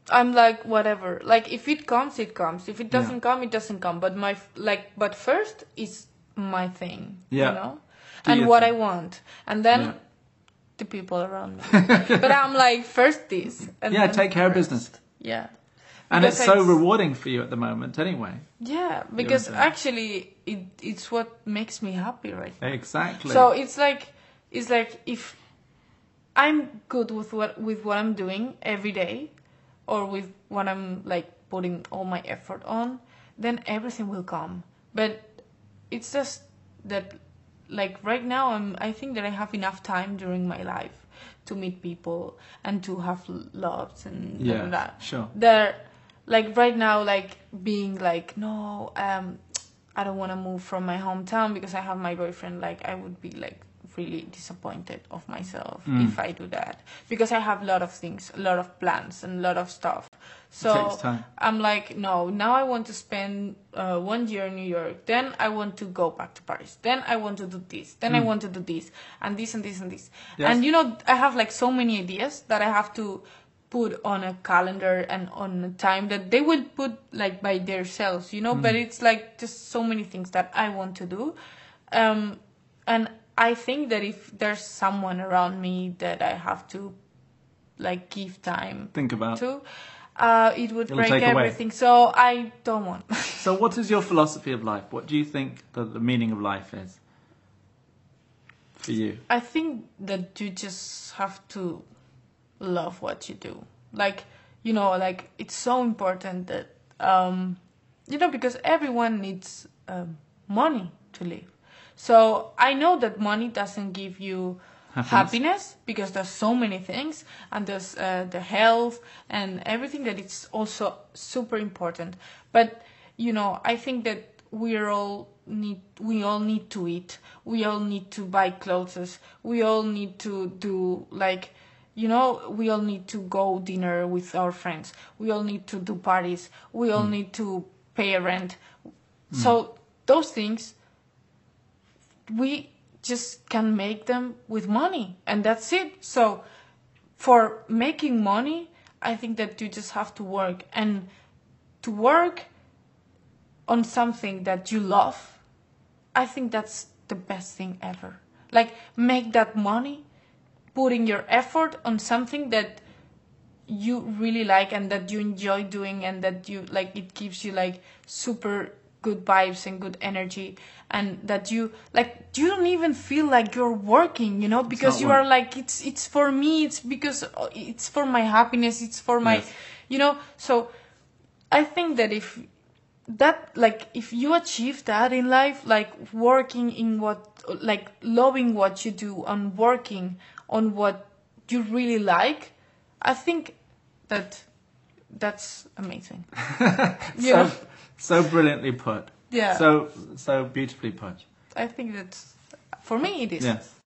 Speaker 2: I'm like whatever. Like if it comes, it comes. If it doesn't
Speaker 1: Yeah.
Speaker 2: come, it doesn't come. But my f- like, but first is my thing.
Speaker 1: Yeah.
Speaker 2: You know,
Speaker 1: Do
Speaker 2: and
Speaker 1: your
Speaker 2: what
Speaker 1: thing.
Speaker 2: I want, and then
Speaker 1: Yeah.
Speaker 2: the people around me. but I'm like first this. And
Speaker 1: Yeah,
Speaker 2: then
Speaker 1: take care of
Speaker 2: first.
Speaker 1: business.
Speaker 2: Yeah.
Speaker 1: And
Speaker 2: Because
Speaker 1: it's so
Speaker 2: it's-
Speaker 1: rewarding for you at the moment, anyway.
Speaker 2: Yeah, because
Speaker 1: saying.
Speaker 2: actually, it it's what makes me happy right now.
Speaker 1: Exactly.
Speaker 2: So it's like it's like if I'm good with what with what I'm doing every day, or with what I'm like putting all my effort on, then everything will come. But it's just that like right now i'm i think that i have enough time during my life to meet people and to have loves and,
Speaker 1: Yeah,
Speaker 2: and that
Speaker 1: sure.
Speaker 2: they're like right now like being like no um i don't want to move from my hometown because i have my boyfriend like i would be like really disappointed of myself if i do that because i have a lot of things a lot of plans and a lot of stuff so
Speaker 1: takes time.
Speaker 2: i'm like no now i want to spend uh, one year in new york then i want to go back to paris then i want to do this then i want to do this and this and this and
Speaker 1: Mm.
Speaker 2: this
Speaker 1: Yes.
Speaker 2: and you know i have like so many ideas that i have to put on a calendar and on a time that they will put like by themselves you know
Speaker 1: Mm.
Speaker 2: but it's like just so many things that i want to do um and i think that if there's someone around me that i have to like give time
Speaker 1: Think about.
Speaker 2: to uh it would
Speaker 1: It'll
Speaker 2: break
Speaker 1: take away.
Speaker 2: everything so i don't want
Speaker 1: So, what is your philosophy of life? What do you think that the meaning of life is for you?
Speaker 2: I think that you just have to love what you do. Like, you know, like it's so important that, um, you know, because everyone needs um, money to live. So I know that money doesn't give you
Speaker 1: Happiness.
Speaker 2: happiness, because there's so many things and there's uh, the health and everything that it's also super important. But you know, I think that we're all need we all need to eat we all need to buy clothes we all need to do like you know we all need to go dinner with our friends we all need to do parties we all need to pay a rent so those things we just can make them with money and that's it so for making money i think that you just have to work and to work on something that you love i think that's the best thing ever like make that money putting your effort on something that you really like and that you enjoy doing and that you like it gives you like super good vibes and good energy and that you like you don't even feel like you're working you know because
Speaker 1: not
Speaker 2: you
Speaker 1: work.
Speaker 2: are like it's it's for me it's because uh, it's for my happiness it's for my
Speaker 1: Yes.
Speaker 2: you know so i think that if that like if you achieve that in life like working in what like loving what you do and working on what you really like i think that that's amazing yeah
Speaker 1: So, so brilliantly put.
Speaker 2: Yeah.
Speaker 1: So, so beautifully put.
Speaker 2: i think that's for me it is
Speaker 1: Yes.